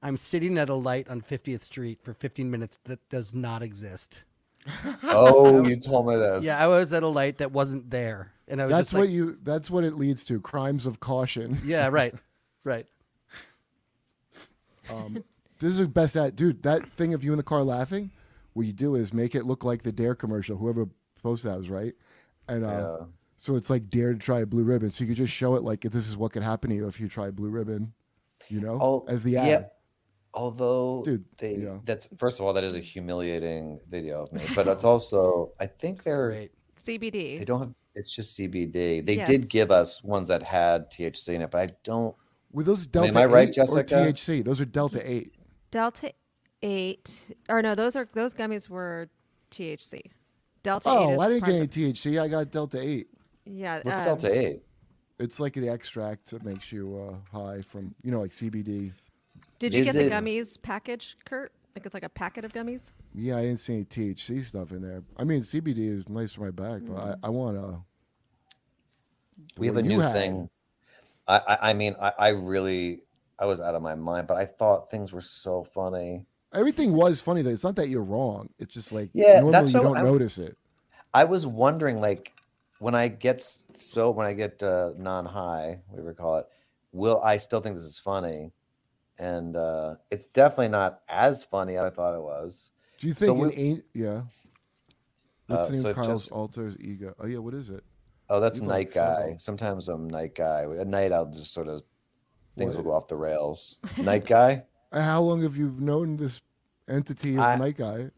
Speaker 17: "I'm sitting at a light on 50th Street for 15 minutes that does not exist."
Speaker 2: Oh, you told me this.
Speaker 17: Yeah, I was at a light that wasn't there, and I was
Speaker 14: That's
Speaker 17: just
Speaker 14: what
Speaker 17: like,
Speaker 14: you. That's what it leads to. Crimes of caution.
Speaker 17: Yeah, right, right.
Speaker 14: Um, this is the best at dude. That thing of you in the car laughing, what you do is make it look like the Dare commercial. Whoever posted that was right, and uh,
Speaker 2: Yeah.
Speaker 14: so it's like Dare to try a blue ribbon. So you could just show it like this is what could happen to you if you try blue ribbon, you know,
Speaker 2: Oh,
Speaker 14: as the ad.
Speaker 2: yeah. Although
Speaker 14: Dude,
Speaker 2: they
Speaker 14: yeah.
Speaker 2: that's first of all, that is a humiliating video of me. But it's also I think they're
Speaker 1: CBD.
Speaker 2: they don't have it's just CBD. They
Speaker 1: Yes.
Speaker 2: did give us ones that had THC in it, but I don't
Speaker 14: Were those
Speaker 2: I mean,
Speaker 14: delta
Speaker 2: am I right,
Speaker 14: eight or
Speaker 2: Jessica?
Speaker 14: THC? Those are delta eight.
Speaker 1: Delta eight, or no, those are those gummies were THC. Delta eight
Speaker 14: oh,
Speaker 1: is
Speaker 14: I didn't
Speaker 1: part
Speaker 14: get any
Speaker 1: of
Speaker 14: THC. I got delta eight.
Speaker 1: the- yeah.
Speaker 2: what's
Speaker 1: um,
Speaker 2: Delta Eight?
Speaker 14: It's like the extract that makes you uh, high from you know like CBD.
Speaker 1: Did you
Speaker 2: Is
Speaker 1: get the
Speaker 2: it-
Speaker 1: gummies package, Kurt? Like it's like a packet of gummies.
Speaker 14: Yeah, I didn't see any THC stuff in there. I mean, CBD is nice for my back, but I, I want to.
Speaker 2: We have a
Speaker 14: what you
Speaker 2: new
Speaker 14: had.
Speaker 2: thing. I, I I mean I, I really I was out of my mind, but I thought things were so funny.
Speaker 14: Everything was funny though. It's not that you're wrong. It's just like
Speaker 2: Yeah, that's
Speaker 14: normally you
Speaker 2: what
Speaker 14: don't
Speaker 2: I-
Speaker 14: notice it.
Speaker 2: I was wondering, like, when I get s- so when I get uh, non-high, whatever you call it, will I still think this is funny? And uh, it's definitely not as funny as I thought it was.
Speaker 14: Do you
Speaker 2: So
Speaker 14: think
Speaker 2: we-
Speaker 14: an ain't yeah? What's
Speaker 2: Uh,
Speaker 14: the name
Speaker 2: so
Speaker 14: of
Speaker 2: if
Speaker 14: Kyle's
Speaker 2: just-
Speaker 14: altar's ego? Oh yeah, what is it?
Speaker 2: Oh, that's
Speaker 14: You thought
Speaker 2: night
Speaker 14: several.
Speaker 2: guy. Sometimes I'm night guy. At night, I'll just sort of things
Speaker 14: What?
Speaker 2: will go off the rails. Night guy.
Speaker 14: Uh, How long have you known this entity of
Speaker 2: I-
Speaker 14: night guy?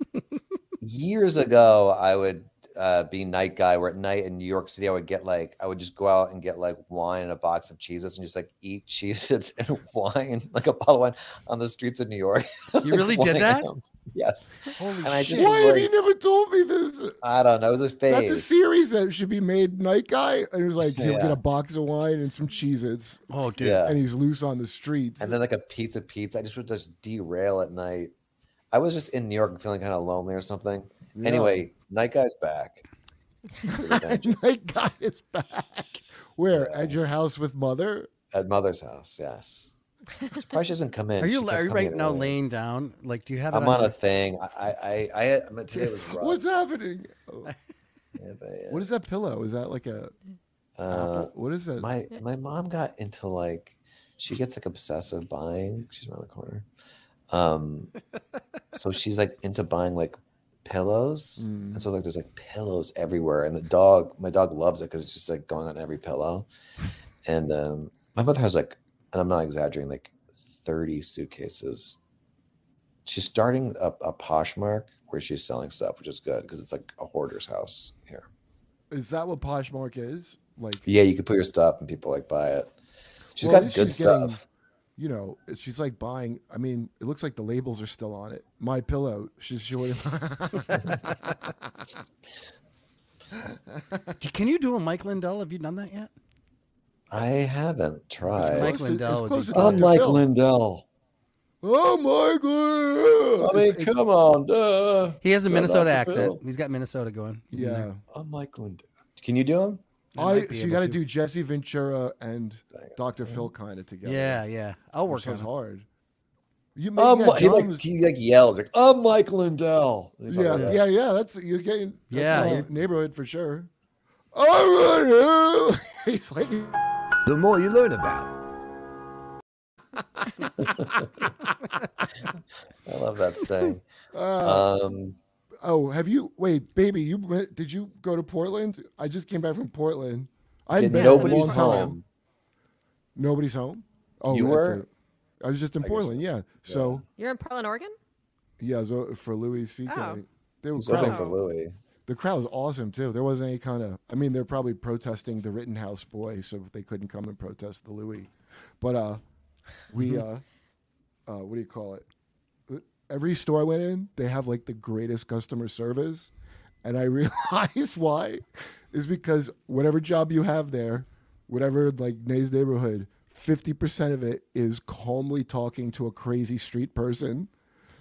Speaker 2: Years ago, I would uh, being night guy, where at night in New York City, I would get like I would just go out and get like wine and a box of cheeses and just like eat cheeses and wine, like a bottle of wine on the streets of New York.
Speaker 17: You really did that?
Speaker 2: Yes.
Speaker 14: Holy
Speaker 2: And I
Speaker 14: shit!
Speaker 2: just
Speaker 14: Why have
Speaker 2: worry-
Speaker 14: you never told me this?
Speaker 2: I don't know. It was a phase.
Speaker 14: That's a series that should be made. Night guy, and it was like he'll get
Speaker 2: Yeah.
Speaker 14: a box of wine and some Cheez-Its.
Speaker 17: Oh,
Speaker 2: dude. Yeah.
Speaker 14: And he's loose on the streets.
Speaker 2: and then like a pizza pizza. I just would just derail at night. I was just in New York and feeling kind of lonely or something.
Speaker 14: Yeah.
Speaker 2: Anyway, night guy's back.
Speaker 14: Night guy is back. Where at your house with mother?
Speaker 2: At mother's house, yes. Surprised she doesn't come in.
Speaker 17: Are
Speaker 2: She
Speaker 17: you
Speaker 2: kept
Speaker 17: are you
Speaker 2: coming
Speaker 17: right
Speaker 2: in
Speaker 17: now
Speaker 2: early.
Speaker 17: laying down? Like, do you have? it
Speaker 2: I'm on
Speaker 17: your-
Speaker 2: a thing. I I I, I I mean, today was rough.
Speaker 14: What's happening? Oh,
Speaker 2: Yeah, but, yeah.
Speaker 14: What is that pillow? Is that like a?
Speaker 2: Uh,
Speaker 14: what is that?
Speaker 2: My my mom got into like she gets like obsessive buying. She's around the corner. Um so she's like into buying like pillows. And
Speaker 14: Mm.
Speaker 2: so like there's like pillows everywhere. And the dog, my dog loves it because it's just like going on every pillow. And um my mother has like, and I'm not exaggerating, like 30 suitcases. She's starting a, a Poshmark where she's selling stuff, which is good because it's like a hoarder's house here.
Speaker 14: Is that what Poshmark is? Like
Speaker 2: Yeah, you could put your stuff and people like buy it. She's
Speaker 14: Well, at
Speaker 2: got
Speaker 14: least
Speaker 2: good
Speaker 14: she's
Speaker 2: stuff.
Speaker 14: getting- you know, she's like buying. I mean, it looks like the labels are still on it. My pillow. She's showing.
Speaker 17: Do- Can you do a Mike Lindell? Have you done that yet?
Speaker 2: I haven't tried.
Speaker 17: Mike Lindell would be
Speaker 2: Oh,
Speaker 17: good.
Speaker 2: Mike Lindell.
Speaker 14: oh, Michael!
Speaker 2: I mean, come on, duh.
Speaker 17: He has a
Speaker 2: Shout
Speaker 17: Minnesota
Speaker 2: out to
Speaker 17: accent.
Speaker 2: Phil.
Speaker 17: He's got Minnesota going. You've been there.
Speaker 14: Yeah.
Speaker 2: I'm Mike Lindell. Can you do him?
Speaker 17: I
Speaker 14: I,
Speaker 17: might
Speaker 14: so
Speaker 17: be
Speaker 14: you
Speaker 17: able
Speaker 14: got to
Speaker 17: to.
Speaker 14: do Jesse Ventura and Dr. Phil kind of together.
Speaker 17: Yeah, yeah. I'll work
Speaker 14: Which is
Speaker 17: on it.
Speaker 14: hard. You may,
Speaker 2: Um,
Speaker 14: yeah,
Speaker 2: he
Speaker 14: John
Speaker 2: like
Speaker 14: was-
Speaker 2: he like yells like, "I'm Mike Lindell." They talk
Speaker 14: yeah,
Speaker 2: like that.
Speaker 14: yeah, yeah. That's you're getting that's
Speaker 17: Yeah,
Speaker 14: all
Speaker 17: you're-
Speaker 14: neighborhood for sure. Oh, he's like
Speaker 12: The more you learn about.
Speaker 2: I love that sting.
Speaker 14: Uh,
Speaker 2: um,
Speaker 14: Oh, have you? Wait, baby, you went- did you go to Portland? I just came back from Portland. I
Speaker 2: Yeah,
Speaker 14: had been there for a
Speaker 2: nobody's
Speaker 14: long time.
Speaker 2: home.
Speaker 14: Nobody's home. Oh,
Speaker 2: You
Speaker 14: at
Speaker 2: were?
Speaker 14: the- I was just in Portland. Yeah. So
Speaker 1: You're in Portland, Oregon?
Speaker 14: yeah, so for Louis C.K.
Speaker 1: Oh.
Speaker 14: They were
Speaker 2: He's hoping
Speaker 14: crowd-
Speaker 2: for Louis.
Speaker 14: The crowd was awesome too. There wasn't any kind of. I mean, they're probably protesting the Rittenhouse boy, so they couldn't come and protest the Louis. But uh, we uh, uh, what do you call it? Every store I went in, they have like the greatest customer service, and I realized why is because whatever job you have there, whatever like Nay's neighborhood, fifty percent of it is calmly talking to a crazy street person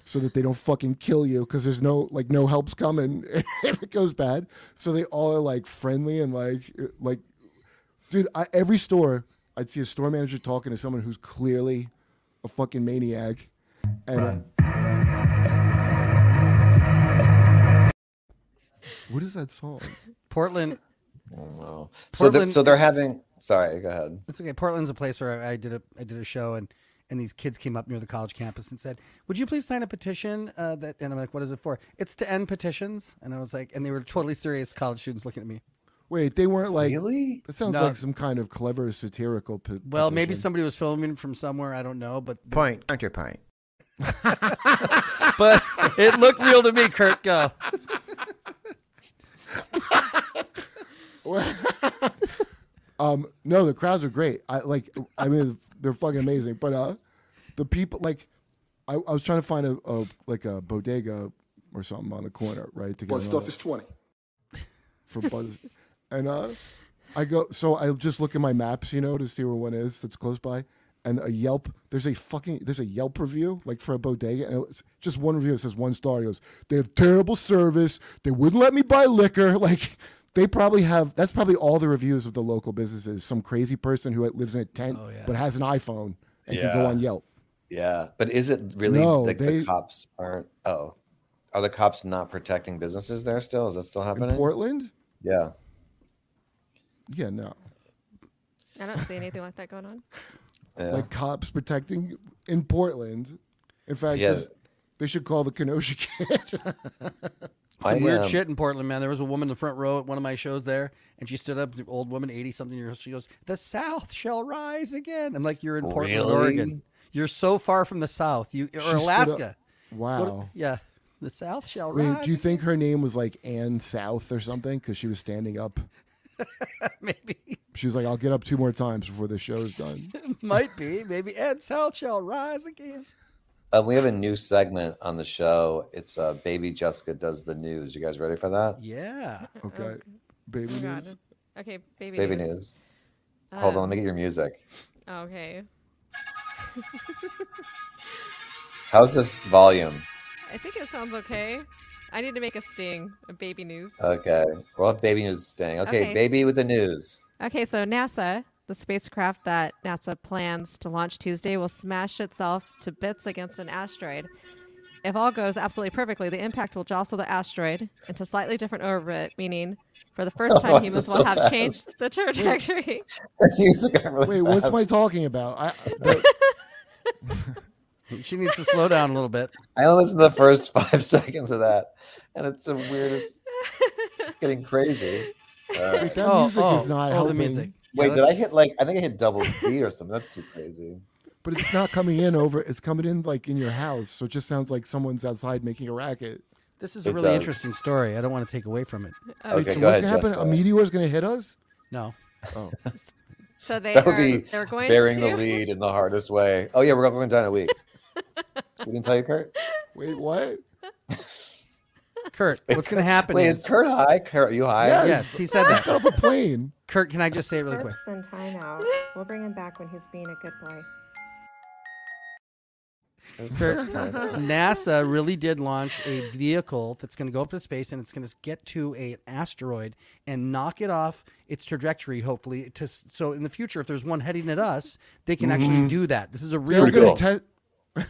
Speaker 14: so that they don't fucking kill you because there's no like no help's coming if it goes bad. So they all are like friendly and like like, dude. I, every store I'd see a store manager talking to someone who's clearly a fucking maniac, and what is that song?
Speaker 17: Portland.
Speaker 2: I don't know. So they're,
Speaker 17: Portland-
Speaker 2: so they're having. Sorry, go ahead.
Speaker 17: It's okay. Portland's a place where I, I did a I did a show and and these kids came up near the college campus and said, "Would you please sign a petition?" Uh, that and I'm like, "What is it for?" It's to end petitions. And I was like, and they were totally serious college students looking at me.
Speaker 14: Wait, they weren't like
Speaker 2: Really?
Speaker 14: That sounds
Speaker 17: No.
Speaker 14: like some kind of clever satirical. p-
Speaker 17: Well, maybe
Speaker 14: petition.
Speaker 17: somebody was filming from somewhere. I don't know, but
Speaker 14: Point, counter point.
Speaker 17: but it looked real to me. Kurt, go.
Speaker 14: Um, no, the crowds were great. I like, I mean, they're fucking amazing. But uh, the people, like, I, I was trying to find a, a like a bodega or something on the corner, right? To
Speaker 19: But
Speaker 14: an
Speaker 19: stuff
Speaker 14: auto
Speaker 19: is 20.
Speaker 14: for Buzz, and uh, I go. So I just look at my maps, you know, to see where one is that's close by. And a Yelp, there's a fucking, there's a Yelp review like for a bodega, and it's just one review. It says one star. He goes, they have terrible service. They wouldn't let me buy liquor. Like they probably have. That's probably all the reviews of the local businesses. Some crazy person who lives in a tent
Speaker 17: Oh,
Speaker 14: but has an iPhone and can
Speaker 2: Yeah.
Speaker 14: go on Yelp.
Speaker 2: Yeah, but is it really
Speaker 14: No,
Speaker 2: like
Speaker 14: they-
Speaker 2: the cops aren't? Oh, are the cops not protecting businesses there still? Is that still happening?
Speaker 14: Portland?
Speaker 2: Yeah.
Speaker 14: Yeah, no.
Speaker 1: I don't see anything like that going on.
Speaker 2: Yeah.
Speaker 14: like cops protecting in Portland. In fact,
Speaker 2: Yeah.
Speaker 14: this- they should call the Kenosha kid.
Speaker 17: Some
Speaker 2: I,
Speaker 17: weird
Speaker 2: um,
Speaker 17: shit in Portland, man. There was a woman in the front row at one of my shows there, and she stood up, the old woman, eighty something years. old. She goes, "The South shall rise again." I'm like, "You're in Portland,
Speaker 2: Really?
Speaker 17: Oregon. You're so far from the South. You or
Speaker 14: She stood up-
Speaker 17: Alaska? Go to-
Speaker 14: Wow.
Speaker 17: yeah. The South shall
Speaker 14: Wait,
Speaker 17: rise.
Speaker 14: do you think her name was like Ann South or something? Because she was standing up. Maybe. She was like, I'll get up two more times before the show's done.
Speaker 17: Might be. Maybe Ed South shall rise again.
Speaker 2: Uh, we have a new segment on the show. It's uh, Baby Jessica Does the News. You guys ready for that?
Speaker 17: Yeah.
Speaker 14: Okay. Baby
Speaker 1: Oh, God.
Speaker 14: news.
Speaker 1: Okay,
Speaker 2: It's
Speaker 1: baby,
Speaker 2: baby news. Hold on, let
Speaker 1: Um,
Speaker 2: me get your music.
Speaker 1: Okay.
Speaker 2: How's this volume?
Speaker 1: I think it sounds okay. I need to make a sting of baby news.
Speaker 2: Okay. Well, baby news staying. Okay,
Speaker 1: Okay.
Speaker 2: baby with the news.
Speaker 1: Okay, so NASA, the spacecraft that NASA plans to launch Tuesday, will smash itself to bits against an asteroid. If all goes absolutely perfectly, the impact will jostle the asteroid into slightly different orbit, meaning for the first time
Speaker 14: Why is
Speaker 1: humans
Speaker 14: it
Speaker 1: will
Speaker 14: so
Speaker 1: have
Speaker 14: fast?
Speaker 1: changed the trajectory.
Speaker 14: Wait, what's my talking about? I, the-
Speaker 17: She needs to slow down a little bit.
Speaker 2: I only listened to the first five seconds of that, and it's the weirdest. It's getting crazy. All
Speaker 14: Wait, that Oh, music is oh, not oh, the helping. music.
Speaker 2: Wait,
Speaker 14: Yeah,
Speaker 2: did I
Speaker 14: that's-
Speaker 2: hit like I think I hit double speed or something? That's too crazy.
Speaker 14: but it's not coming in over. It's coming in like in your house, so it just sounds like someone's outside making a racket.
Speaker 17: This is a
Speaker 2: It
Speaker 17: really
Speaker 2: does.
Speaker 17: interesting story. I don't want to take away from it.
Speaker 14: Wait, so what's gonna happen? A meteor's gonna hit us?
Speaker 17: No.
Speaker 14: Oh.
Speaker 1: So they
Speaker 2: That would
Speaker 1: are
Speaker 2: be
Speaker 1: they're going
Speaker 2: bearing
Speaker 1: to
Speaker 2: the lead in the hardest way. Oh yeah, we're going down a week. we didn't tell you, Kurt.
Speaker 14: Wait, what?
Speaker 17: Kurt, what's going to happen?
Speaker 2: Wait, is Kurt high? Kurt, are you high?
Speaker 17: Yes, he said that.
Speaker 14: off a plane.
Speaker 17: Kurt, can I just say it really quick?
Speaker 3: Oops and timeout. We'll bring him back when he's being a good boy.
Speaker 17: Kurt,
Speaker 3: perfect timing.
Speaker 17: NASA really did launch a vehicle that's going to go up to space and it's going to get to a- an asteroid and knock it off its trajectory. Hopefully, to s- so in the future, if there's one heading at us, they can actually
Speaker 2: Mm-hmm.
Speaker 16: Mhm.
Speaker 17: do that. This is a real
Speaker 16: Pretty
Speaker 17: deal.
Speaker 16: cool.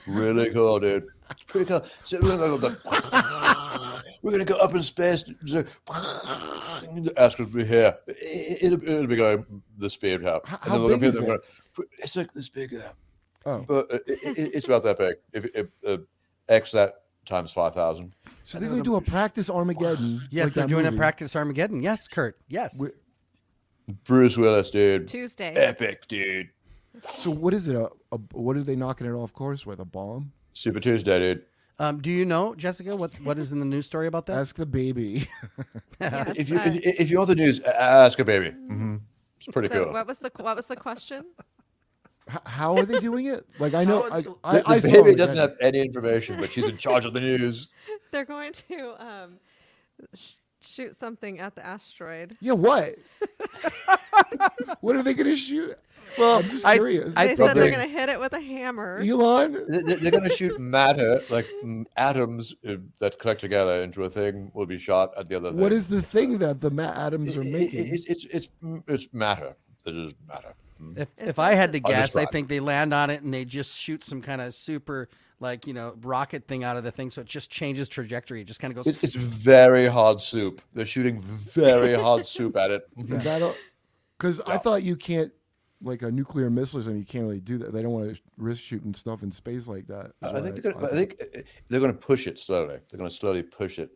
Speaker 16: really cool, dude. It's pretty cool. So we're gonna go, we're gonna go up in space. The asteroid will be here. It'll, it'll be going the speed up.
Speaker 14: How-
Speaker 16: And
Speaker 14: how
Speaker 16: then we'll go
Speaker 14: big
Speaker 16: here,
Speaker 14: is
Speaker 16: then
Speaker 14: it?
Speaker 16: we're gonna- It's like this big. uh,
Speaker 14: Oh.
Speaker 16: But it, it, it's about that big. If, if uh, X that times five thousand.
Speaker 14: So they're gonna do a practice Armageddon.
Speaker 17: Yes,
Speaker 14: like
Speaker 17: they're
Speaker 14: that
Speaker 17: doing
Speaker 14: movie.
Speaker 17: a practice Armageddon. Yes, Kurt. Yes.
Speaker 16: Bruce Willis, dude.
Speaker 1: Tuesday.
Speaker 16: Epic, dude.
Speaker 14: So what is it? A, a what are they knocking it off course with? A bomb?
Speaker 16: Super Tuesday, dude.
Speaker 17: Um, do you know, Jessica, what, what is in the news story about that?
Speaker 14: Ask the baby.
Speaker 16: if you if, if you want the news, a- ask a baby. hmm It's pretty
Speaker 1: so
Speaker 16: cool.
Speaker 1: What was the what was the question?
Speaker 14: H- How are they doing it? Like I know I, I,
Speaker 16: the the
Speaker 14: I saw
Speaker 16: baby
Speaker 14: Armageddon.
Speaker 16: doesn't have any information, but she's in charge of the news.
Speaker 1: They're going to um, sh- shoot something at the asteroid.
Speaker 14: Yeah, what? what are they gonna shoot?
Speaker 17: Well,
Speaker 14: I'm just curious.
Speaker 1: they said they're going to hit it with a hammer.
Speaker 14: Elon?
Speaker 16: They- they- They're going to shoot matter, like mm, atoms uh, that collect together into a thing, will be shot at the other thing.
Speaker 14: What is the thing that the Matt Adams are
Speaker 16: It- it-
Speaker 14: making?
Speaker 16: It's it's it's, mm, it's matter. It is matter. Mm.
Speaker 17: If, if I had to
Speaker 16: I'll
Speaker 17: guess, I
Speaker 16: describe.
Speaker 17: think they land on it and they just shoot some kind of super, like, you know, rocket thing out of the thing. So it just changes trajectory. It just kind of goes.
Speaker 16: It's, it's very hard soup. They're shooting very hard soup at it.
Speaker 14: Is that because I thought you can't like a nuclear missile or something. You can't really do that. They don't want to risk shooting stuff in space like that. is
Speaker 16: I
Speaker 14: what
Speaker 16: think they're
Speaker 14: I
Speaker 16: going. I think uh, they're going to push it slowly. They're going to slowly push it.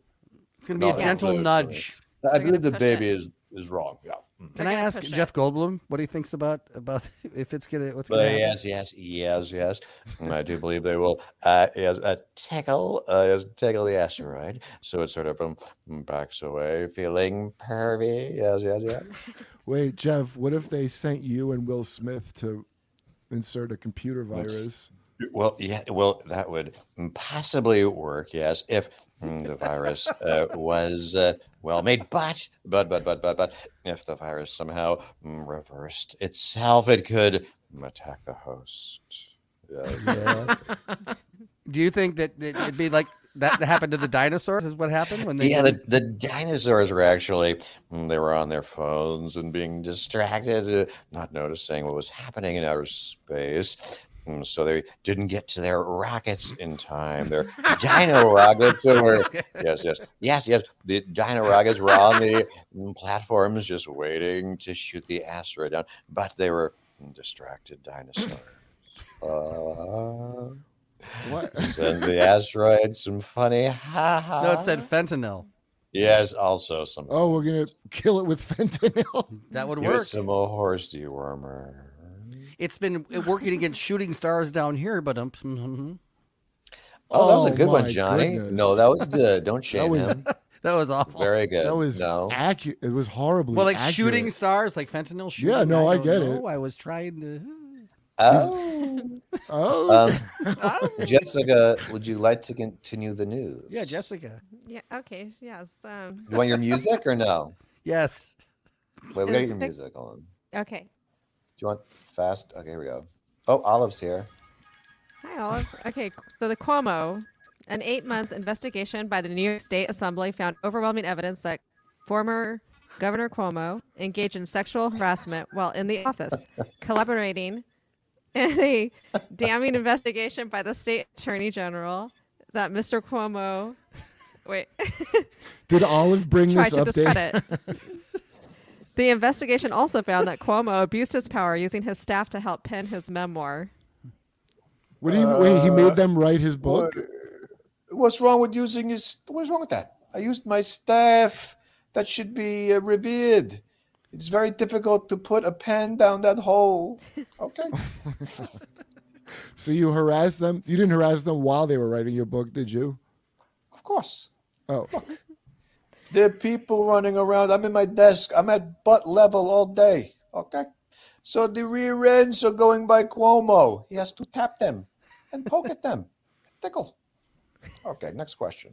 Speaker 17: It's gonna be a
Speaker 16: Not
Speaker 17: gentle
Speaker 16: slowly,
Speaker 17: nudge.
Speaker 16: slowly. I
Speaker 17: They're gonna
Speaker 16: believe the
Speaker 17: push
Speaker 16: baby is is wrong. Yeah. Mm.
Speaker 17: Can I ask Jeff Goldblum what he thinks about about if it's gonna what's gonna
Speaker 16: But
Speaker 17: happen?
Speaker 16: yes, yes, yes, yes. And I do believe they will. Uh, yes, uh, tackle, uh, yes, tackle the asteroid. So it's sort of um, backs away, feeling pervy. Yes, yes, yes.
Speaker 14: Wait, Jeff, what if they sent you and Will Smith to insert a computer virus?
Speaker 16: Well, yeah, well, that would possibly work, yes, if mm, the virus uh, was uh, well made. But, but, but, but, but, but, if the virus somehow mm, reversed itself, it could mm, attack the host. Yes, yes.
Speaker 17: Do you think that that it'd be like that, that happened to the dinosaurs? Is what happened when they
Speaker 16: yeah, the, the dinosaurs were actually mm, they were on their phones and being distracted, uh, not noticing what was happening in outer space. Mm, So they didn't get to their rockets in time. Their dino rockets that were yes, yes, yes, yes. The dino rockets were on the mm, platforms, just waiting to shoot the asteroid down. But they were mm, distracted dinosaurs. Uh,
Speaker 14: What?
Speaker 16: Send the asteroid some funny ha ha.
Speaker 17: no, it said fentanyl.
Speaker 16: Yes, also some.
Speaker 14: Oh, we're gonna kill it with fentanyl.
Speaker 17: That would
Speaker 16: Give
Speaker 17: work.
Speaker 16: It some old horse dewormer.
Speaker 17: uh, mm-hmm. It's been working against shooting stars down here, but um,
Speaker 2: Oh, that was
Speaker 14: Oh,
Speaker 2: a good
Speaker 14: my
Speaker 2: one, Johnny. No,
Speaker 14: goodness.
Speaker 2: that was good. Don't shame
Speaker 14: was-
Speaker 2: him.
Speaker 17: That was awful.
Speaker 2: Very good.
Speaker 14: That was
Speaker 2: no.
Speaker 14: accurate. It was horribly.
Speaker 17: Well, like
Speaker 14: accurate.
Speaker 17: shooting stars, like fentanyl shooting.
Speaker 14: Yeah, no, I
Speaker 17: don't
Speaker 14: get
Speaker 17: know.
Speaker 14: it.
Speaker 17: I was trying to.
Speaker 2: Oh.
Speaker 14: oh.
Speaker 2: Um, Jessica, would you like to continue the news?
Speaker 17: Yeah, Jessica.
Speaker 1: Yeah. Okay. Yes. Um,
Speaker 2: You want your music or no?
Speaker 17: Yes.
Speaker 2: Wait, we gotta get your
Speaker 1: Music.
Speaker 2: music on. Do
Speaker 1: okay.
Speaker 2: you want fast? Okay, here we go. Oh, Olive's here.
Speaker 1: Hi, Olive. Okay, so the Cuomo, an eight month investigation by the New York State Assembly found overwhelming evidence that former Governor Cuomo engaged in sexual harassment while in the office, collaborating in a damning investigation by the state attorney general that Mr. Cuomo. Wait.
Speaker 14: Did Olive bring
Speaker 1: Tried
Speaker 14: this
Speaker 1: to
Speaker 14: update?
Speaker 1: discredit. The investigation also found that Cuomo abused his power using his staff to help pen his memoir.
Speaker 14: What do you wait? He
Speaker 2: Uh,
Speaker 14: made them write his book.
Speaker 2: What's wrong with using his? What's wrong with that? I used my staff. That should be uh, revered. It's very difficult to put a pen down that hole. Okay.
Speaker 14: So you harassed them. You didn't harass them while they were writing your book, did you?
Speaker 2: of course.
Speaker 14: Oh,
Speaker 2: There are people running around. I'm in my desk. I'm at butt level all day. Okay. So the rear ends are going by Cuomo. He has to tap them and poke at them. Tickle. Okay, next question.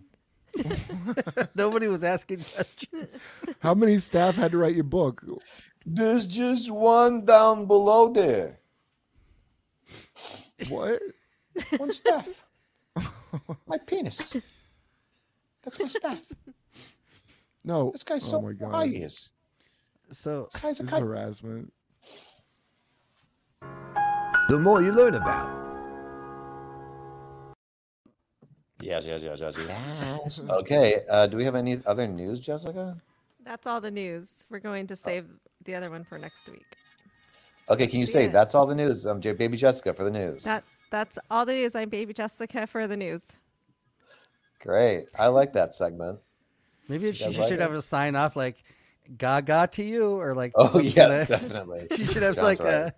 Speaker 17: Nobody was asking questions.
Speaker 14: how many staff had to write your book?
Speaker 2: There's just one down below there.
Speaker 14: What?
Speaker 2: One staff. my penis. That's my staff.
Speaker 14: No.
Speaker 2: This guy's
Speaker 14: oh
Speaker 2: so
Speaker 14: my God.
Speaker 2: high he is.
Speaker 17: So
Speaker 2: This guy's a
Speaker 14: This is
Speaker 2: kite.
Speaker 14: harassment.
Speaker 12: The more you learn about.
Speaker 2: Yes, yes, yes, yes, yes. Okay. Uh, do we have any other news, Jessica?
Speaker 1: That's all the news. We're going
Speaker 2: Oh.
Speaker 1: to save the other one for next week.
Speaker 2: Okay, can you
Speaker 1: That's
Speaker 2: say
Speaker 1: it.
Speaker 2: that's all the news? Um, J- baby Jessica for the news.
Speaker 1: That that's all the news. I'm Baby Jessica for the news.
Speaker 2: Great. I like that segment.
Speaker 17: Maybe she,
Speaker 2: guys
Speaker 17: she
Speaker 2: like
Speaker 17: should
Speaker 2: it?
Speaker 17: have a sign off like "Gaga to you" or like.
Speaker 2: Oh,
Speaker 17: some
Speaker 2: yes,
Speaker 17: kinda-
Speaker 2: definitely.
Speaker 17: she should have
Speaker 2: Sounds
Speaker 17: like
Speaker 2: right.
Speaker 17: uh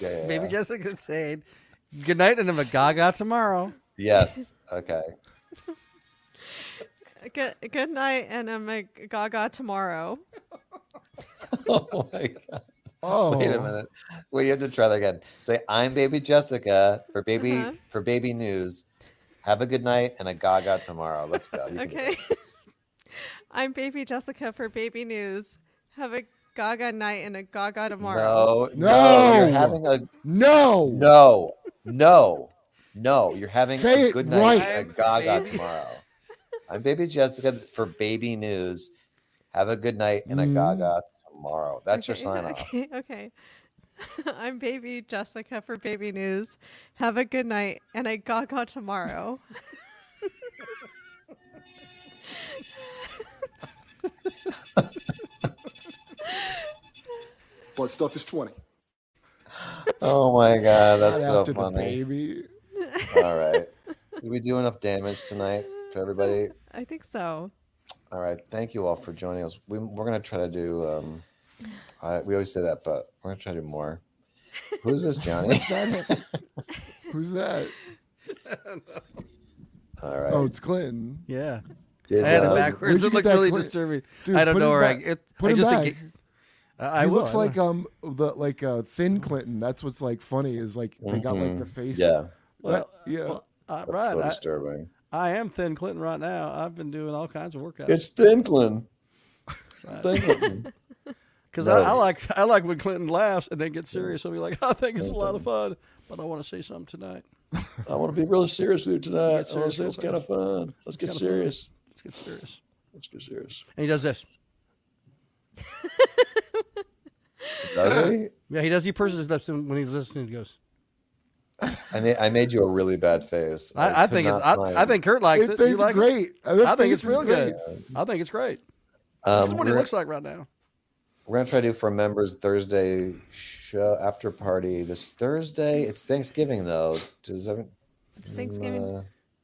Speaker 2: Yeah, yeah,
Speaker 17: Maybe
Speaker 2: yeah.
Speaker 17: Jessica saying, "Good night," and have a Gaga tomorrow.
Speaker 2: Yes. Okay.
Speaker 1: Good good night, and I'm a Gaga tomorrow.
Speaker 2: Oh my god.
Speaker 14: Oh.
Speaker 2: Wait a minute. Wait, you have to try that again. Say, I'm baby Jessica for baby
Speaker 1: Uh-huh.
Speaker 2: for baby news. Have a good night and a gaga tomorrow. Let's go. You can do it.
Speaker 1: Okay. I'm Baby Jessica for Baby News. Have a Gaga night and a Gaga tomorrow.
Speaker 2: No, no, you're
Speaker 14: No.
Speaker 2: having a
Speaker 14: No.
Speaker 2: no, no, no. You're having
Speaker 14: Say
Speaker 2: a
Speaker 14: it
Speaker 2: good
Speaker 14: right.
Speaker 2: night, a
Speaker 17: I'm
Speaker 2: gaga
Speaker 17: baby-
Speaker 2: tomorrow. I'm baby Jessica for baby news. Have a good night and a
Speaker 14: Mm.
Speaker 2: gaga tomorrow. That's your
Speaker 1: Okay,
Speaker 2: sign off.
Speaker 1: Okay. okay. I'm Baby Jessica for Baby News. Have a good night and a Gaga tomorrow.
Speaker 14: But stuff is twenty.
Speaker 2: Oh my god, that's
Speaker 14: Not
Speaker 2: so
Speaker 14: after the
Speaker 2: funny.
Speaker 14: baby.
Speaker 2: All right. Did we do enough damage tonight for everybody?
Speaker 1: I think so.
Speaker 2: All right. Thank you all for joining us. We, we're going to try to do, um, I, we always say that, but we're going to try to do more. Who's this, Johnny?
Speaker 14: What's that? Who's that?
Speaker 2: all right.
Speaker 14: Oh, it's Clinton.
Speaker 17: Yeah,
Speaker 2: Did,
Speaker 17: I had it
Speaker 2: uh,
Speaker 14: Where'd
Speaker 17: backwards.
Speaker 14: you
Speaker 17: It
Speaker 14: get
Speaker 17: looked
Speaker 14: that
Speaker 17: really
Speaker 14: clip?
Speaker 17: disturbing.
Speaker 14: Dude,
Speaker 17: I don't
Speaker 14: put
Speaker 17: know
Speaker 14: him
Speaker 17: where I
Speaker 14: back.
Speaker 17: it.
Speaker 14: Put
Speaker 17: I
Speaker 14: him
Speaker 17: just
Speaker 14: back.
Speaker 17: think it- I, I
Speaker 14: he
Speaker 17: will,
Speaker 14: looks
Speaker 17: I will.
Speaker 14: like um the like uh thin Clinton. That's what's like funny is like they got like the
Speaker 2: Mhm.
Speaker 14: face.
Speaker 2: Yeah.
Speaker 14: That-
Speaker 17: Well,
Speaker 14: yeah.
Speaker 17: well, uh,
Speaker 2: That's so
Speaker 17: Rod,
Speaker 2: disturbing.
Speaker 17: I, I am thin Clinton right now. I've been doing all kinds of workouts.
Speaker 2: It's Thinklin.
Speaker 17: Because
Speaker 2: Thinklin.
Speaker 17: I, I
Speaker 2: No.
Speaker 17: like I like when Clinton laughs and then gets serious. I'll be like, I think it's a lot of fun, but I want to say something tonight.
Speaker 2: I want to be really serious with you tonight.
Speaker 17: Get I wanna serious say real it's kinda
Speaker 2: fun. Let's
Speaker 17: get kinda fun. serious. Let's get serious.
Speaker 2: Let's get serious.
Speaker 17: And he does this.
Speaker 2: Does he?
Speaker 17: Yeah, he does. He purses his lips, and when he's listening, he goes.
Speaker 2: I made, I made you a really bad face.
Speaker 17: I, I
Speaker 2: could
Speaker 17: think it's.
Speaker 2: not
Speaker 17: I,
Speaker 2: find-
Speaker 17: I think Kurt likes it.
Speaker 14: It-
Speaker 17: You
Speaker 14: it's
Speaker 17: like it?
Speaker 14: great. That
Speaker 17: I think
Speaker 14: face
Speaker 17: it's
Speaker 14: is
Speaker 17: real
Speaker 14: great.
Speaker 17: good. I think it's great.
Speaker 2: um,
Speaker 17: this is what he
Speaker 2: we're-
Speaker 17: looks like right now.
Speaker 2: We're gonna try to do for members Thursday show after party this Thursday. It's Thanksgiving though. Does everyone,
Speaker 1: It's Thanksgiving.
Speaker 2: uh,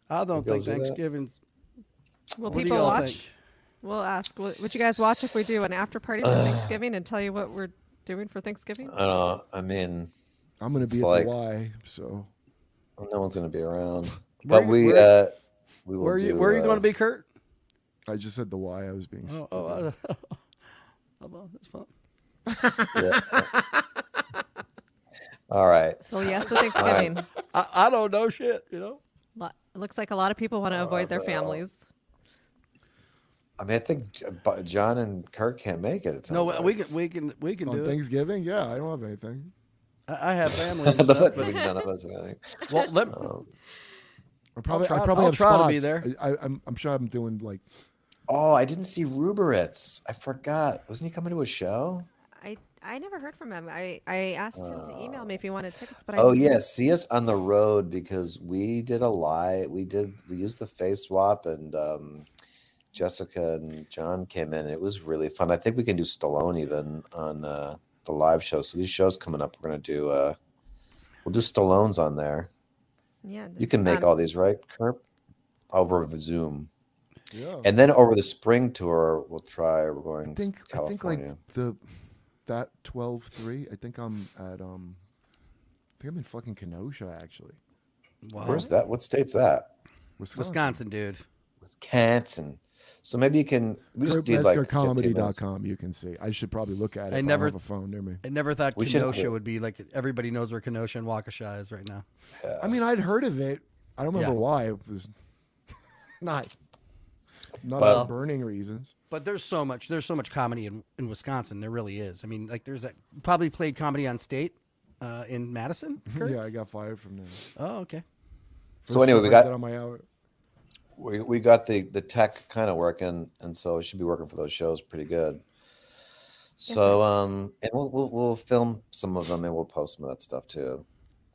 Speaker 17: I don't think
Speaker 2: Think he'll do that?
Speaker 17: Thanksgiving.
Speaker 1: Will
Speaker 17: What do
Speaker 1: people
Speaker 17: y'all
Speaker 1: watch?
Speaker 17: think?
Speaker 1: We'll ask. Would would you guys watch if we do an after party for Thanksgiving and tell you what we're doing for Thanksgiving?
Speaker 2: I don't know. I mean,
Speaker 14: I'm gonna be
Speaker 2: It's
Speaker 14: at
Speaker 2: like-
Speaker 14: the Y, so
Speaker 2: no one's gonna be around.
Speaker 17: We're-
Speaker 2: But we
Speaker 17: we're-
Speaker 2: uh, we will
Speaker 3: Where are you?
Speaker 2: do,
Speaker 3: Where are you
Speaker 2: uh,
Speaker 3: going to be, Kurt?
Speaker 14: I just said the why I was being.
Speaker 3: Oh,
Speaker 14: stupid.
Speaker 3: oh uh, how about this fun?
Speaker 2: All right.
Speaker 1: So yes to Thanksgiving.
Speaker 3: I, I don't know shit. You know.
Speaker 1: Lo- it looks like a lot of people want to avoid their
Speaker 2: Oh, no.
Speaker 1: families.
Speaker 2: I mean, I think J- but John and Kirk can't make it. it
Speaker 3: No,
Speaker 2: sounds
Speaker 3: we
Speaker 2: like.
Speaker 3: can we can we can
Speaker 14: on
Speaker 3: do it.
Speaker 14: Thanksgiving? Yeah, I don't have anything.
Speaker 3: I, I have family. And
Speaker 2: The
Speaker 3: stuff,
Speaker 2: fuck,
Speaker 3: but,
Speaker 2: none of us. Um, have anything.
Speaker 3: well, let,
Speaker 14: I probably,
Speaker 3: try-
Speaker 14: I probably
Speaker 3: I'll
Speaker 14: have
Speaker 3: try
Speaker 14: spots.
Speaker 3: to be there.
Speaker 14: I, I, am I'm sure I'm doing like
Speaker 2: Oh, I didn't see Ruberitz. I forgot. Wasn't he coming to a show?
Speaker 1: I I never heard from him. I I asked him to email me if he wanted tickets, but I
Speaker 2: Oh
Speaker 1: didn't.
Speaker 2: yeah, see us on the road because we did a lie. We did we used the face swap and um, Jessica and John came in. It was really fun. I think we can do Stallone even on uh, the live show. So these shows coming up, we're gonna do uh, we'll do Stallone's on there.
Speaker 1: Yeah,
Speaker 2: You can make all these right, Kerp, over Zoom,
Speaker 14: yeah.
Speaker 2: and then over the spring tour we'll try. We're going.
Speaker 14: I think
Speaker 2: California.
Speaker 14: I think like the that 12-3, I think I'm at um I think I'm in fucking Kenosha actually.
Speaker 2: Where's that? What state's that?
Speaker 17: Wisconsin, dude.
Speaker 2: Wisconsin. So maybe you can we just did like 15 minutes.
Speaker 14: KurtMetzgerComedy.com, um, you can see. I should probably look at it.
Speaker 17: I
Speaker 14: but
Speaker 17: never
Speaker 14: I don't have a phone near me.
Speaker 17: I never thought
Speaker 2: We should-
Speaker 17: Kenosha would be like everybody knows where Kenosha and Waukesha is right now.
Speaker 14: I mean, I'd heard of it. I don't remember why it was not not
Speaker 17: Well-
Speaker 14: for burning reasons.
Speaker 17: But there's so much. There's so much comedy in, in Wisconsin. There really is. I mean, like there's that probably played comedy on state uh, in Madison. Kurt?
Speaker 14: Mm-hmm. Yeah, I got fired from there.
Speaker 17: Oh, okay.
Speaker 2: So
Speaker 14: First
Speaker 2: anyway,
Speaker 14: stuff
Speaker 2: we
Speaker 14: I
Speaker 2: got-
Speaker 14: did on my hour.
Speaker 2: We, we got the the tech kind of working, and so it should be working for those shows pretty good. So um, and we'll, we'll we'll film some of them and we'll post some of that stuff too.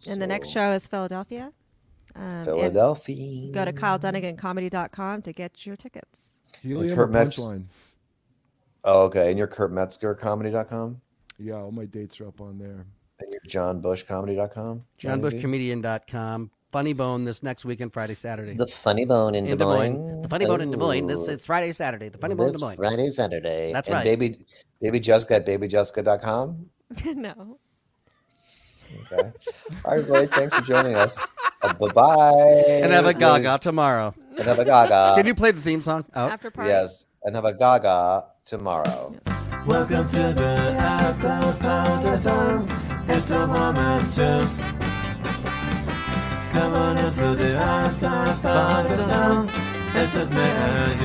Speaker 1: And the next
Speaker 2: So-
Speaker 1: show is Philadelphia. Um, and
Speaker 2: Philadelphia.
Speaker 1: Go to kyledunnigancomedy.com to get your tickets.
Speaker 14: Helium or
Speaker 2: Kurt Metz-
Speaker 14: punchline.
Speaker 2: Oh, okay. And you're Kurt Metzger comedy.com
Speaker 14: Yeah, all my dates are up on there.
Speaker 2: and you're John Bush comedy.com.
Speaker 17: JohnBushComedian.com. Funny Bone this next weekend, Friday, Saturday.
Speaker 2: The Funny Bone in,
Speaker 17: In Des Moines. The Funny Bone in Des Moines. This
Speaker 2: Ooh.
Speaker 17: it's Friday, Saturday. The Funny Bone in Des
Speaker 2: This
Speaker 17: Moines.
Speaker 2: Friday, Saturday.
Speaker 17: That's
Speaker 2: and
Speaker 17: right.
Speaker 2: Baby, baby Jessica at babyjessica.com.
Speaker 1: no.
Speaker 2: Okay. All right, Blade. Thanks for joining us. bye bye.
Speaker 17: And have a gaga tomorrow.
Speaker 2: And have a gaga.
Speaker 17: Can you play the theme song Oh. out?
Speaker 1: After
Speaker 2: Yes. And have a gaga tomorrow.
Speaker 12: Welcome to the After Party It's a moment to come on into the After Party It's just me and you.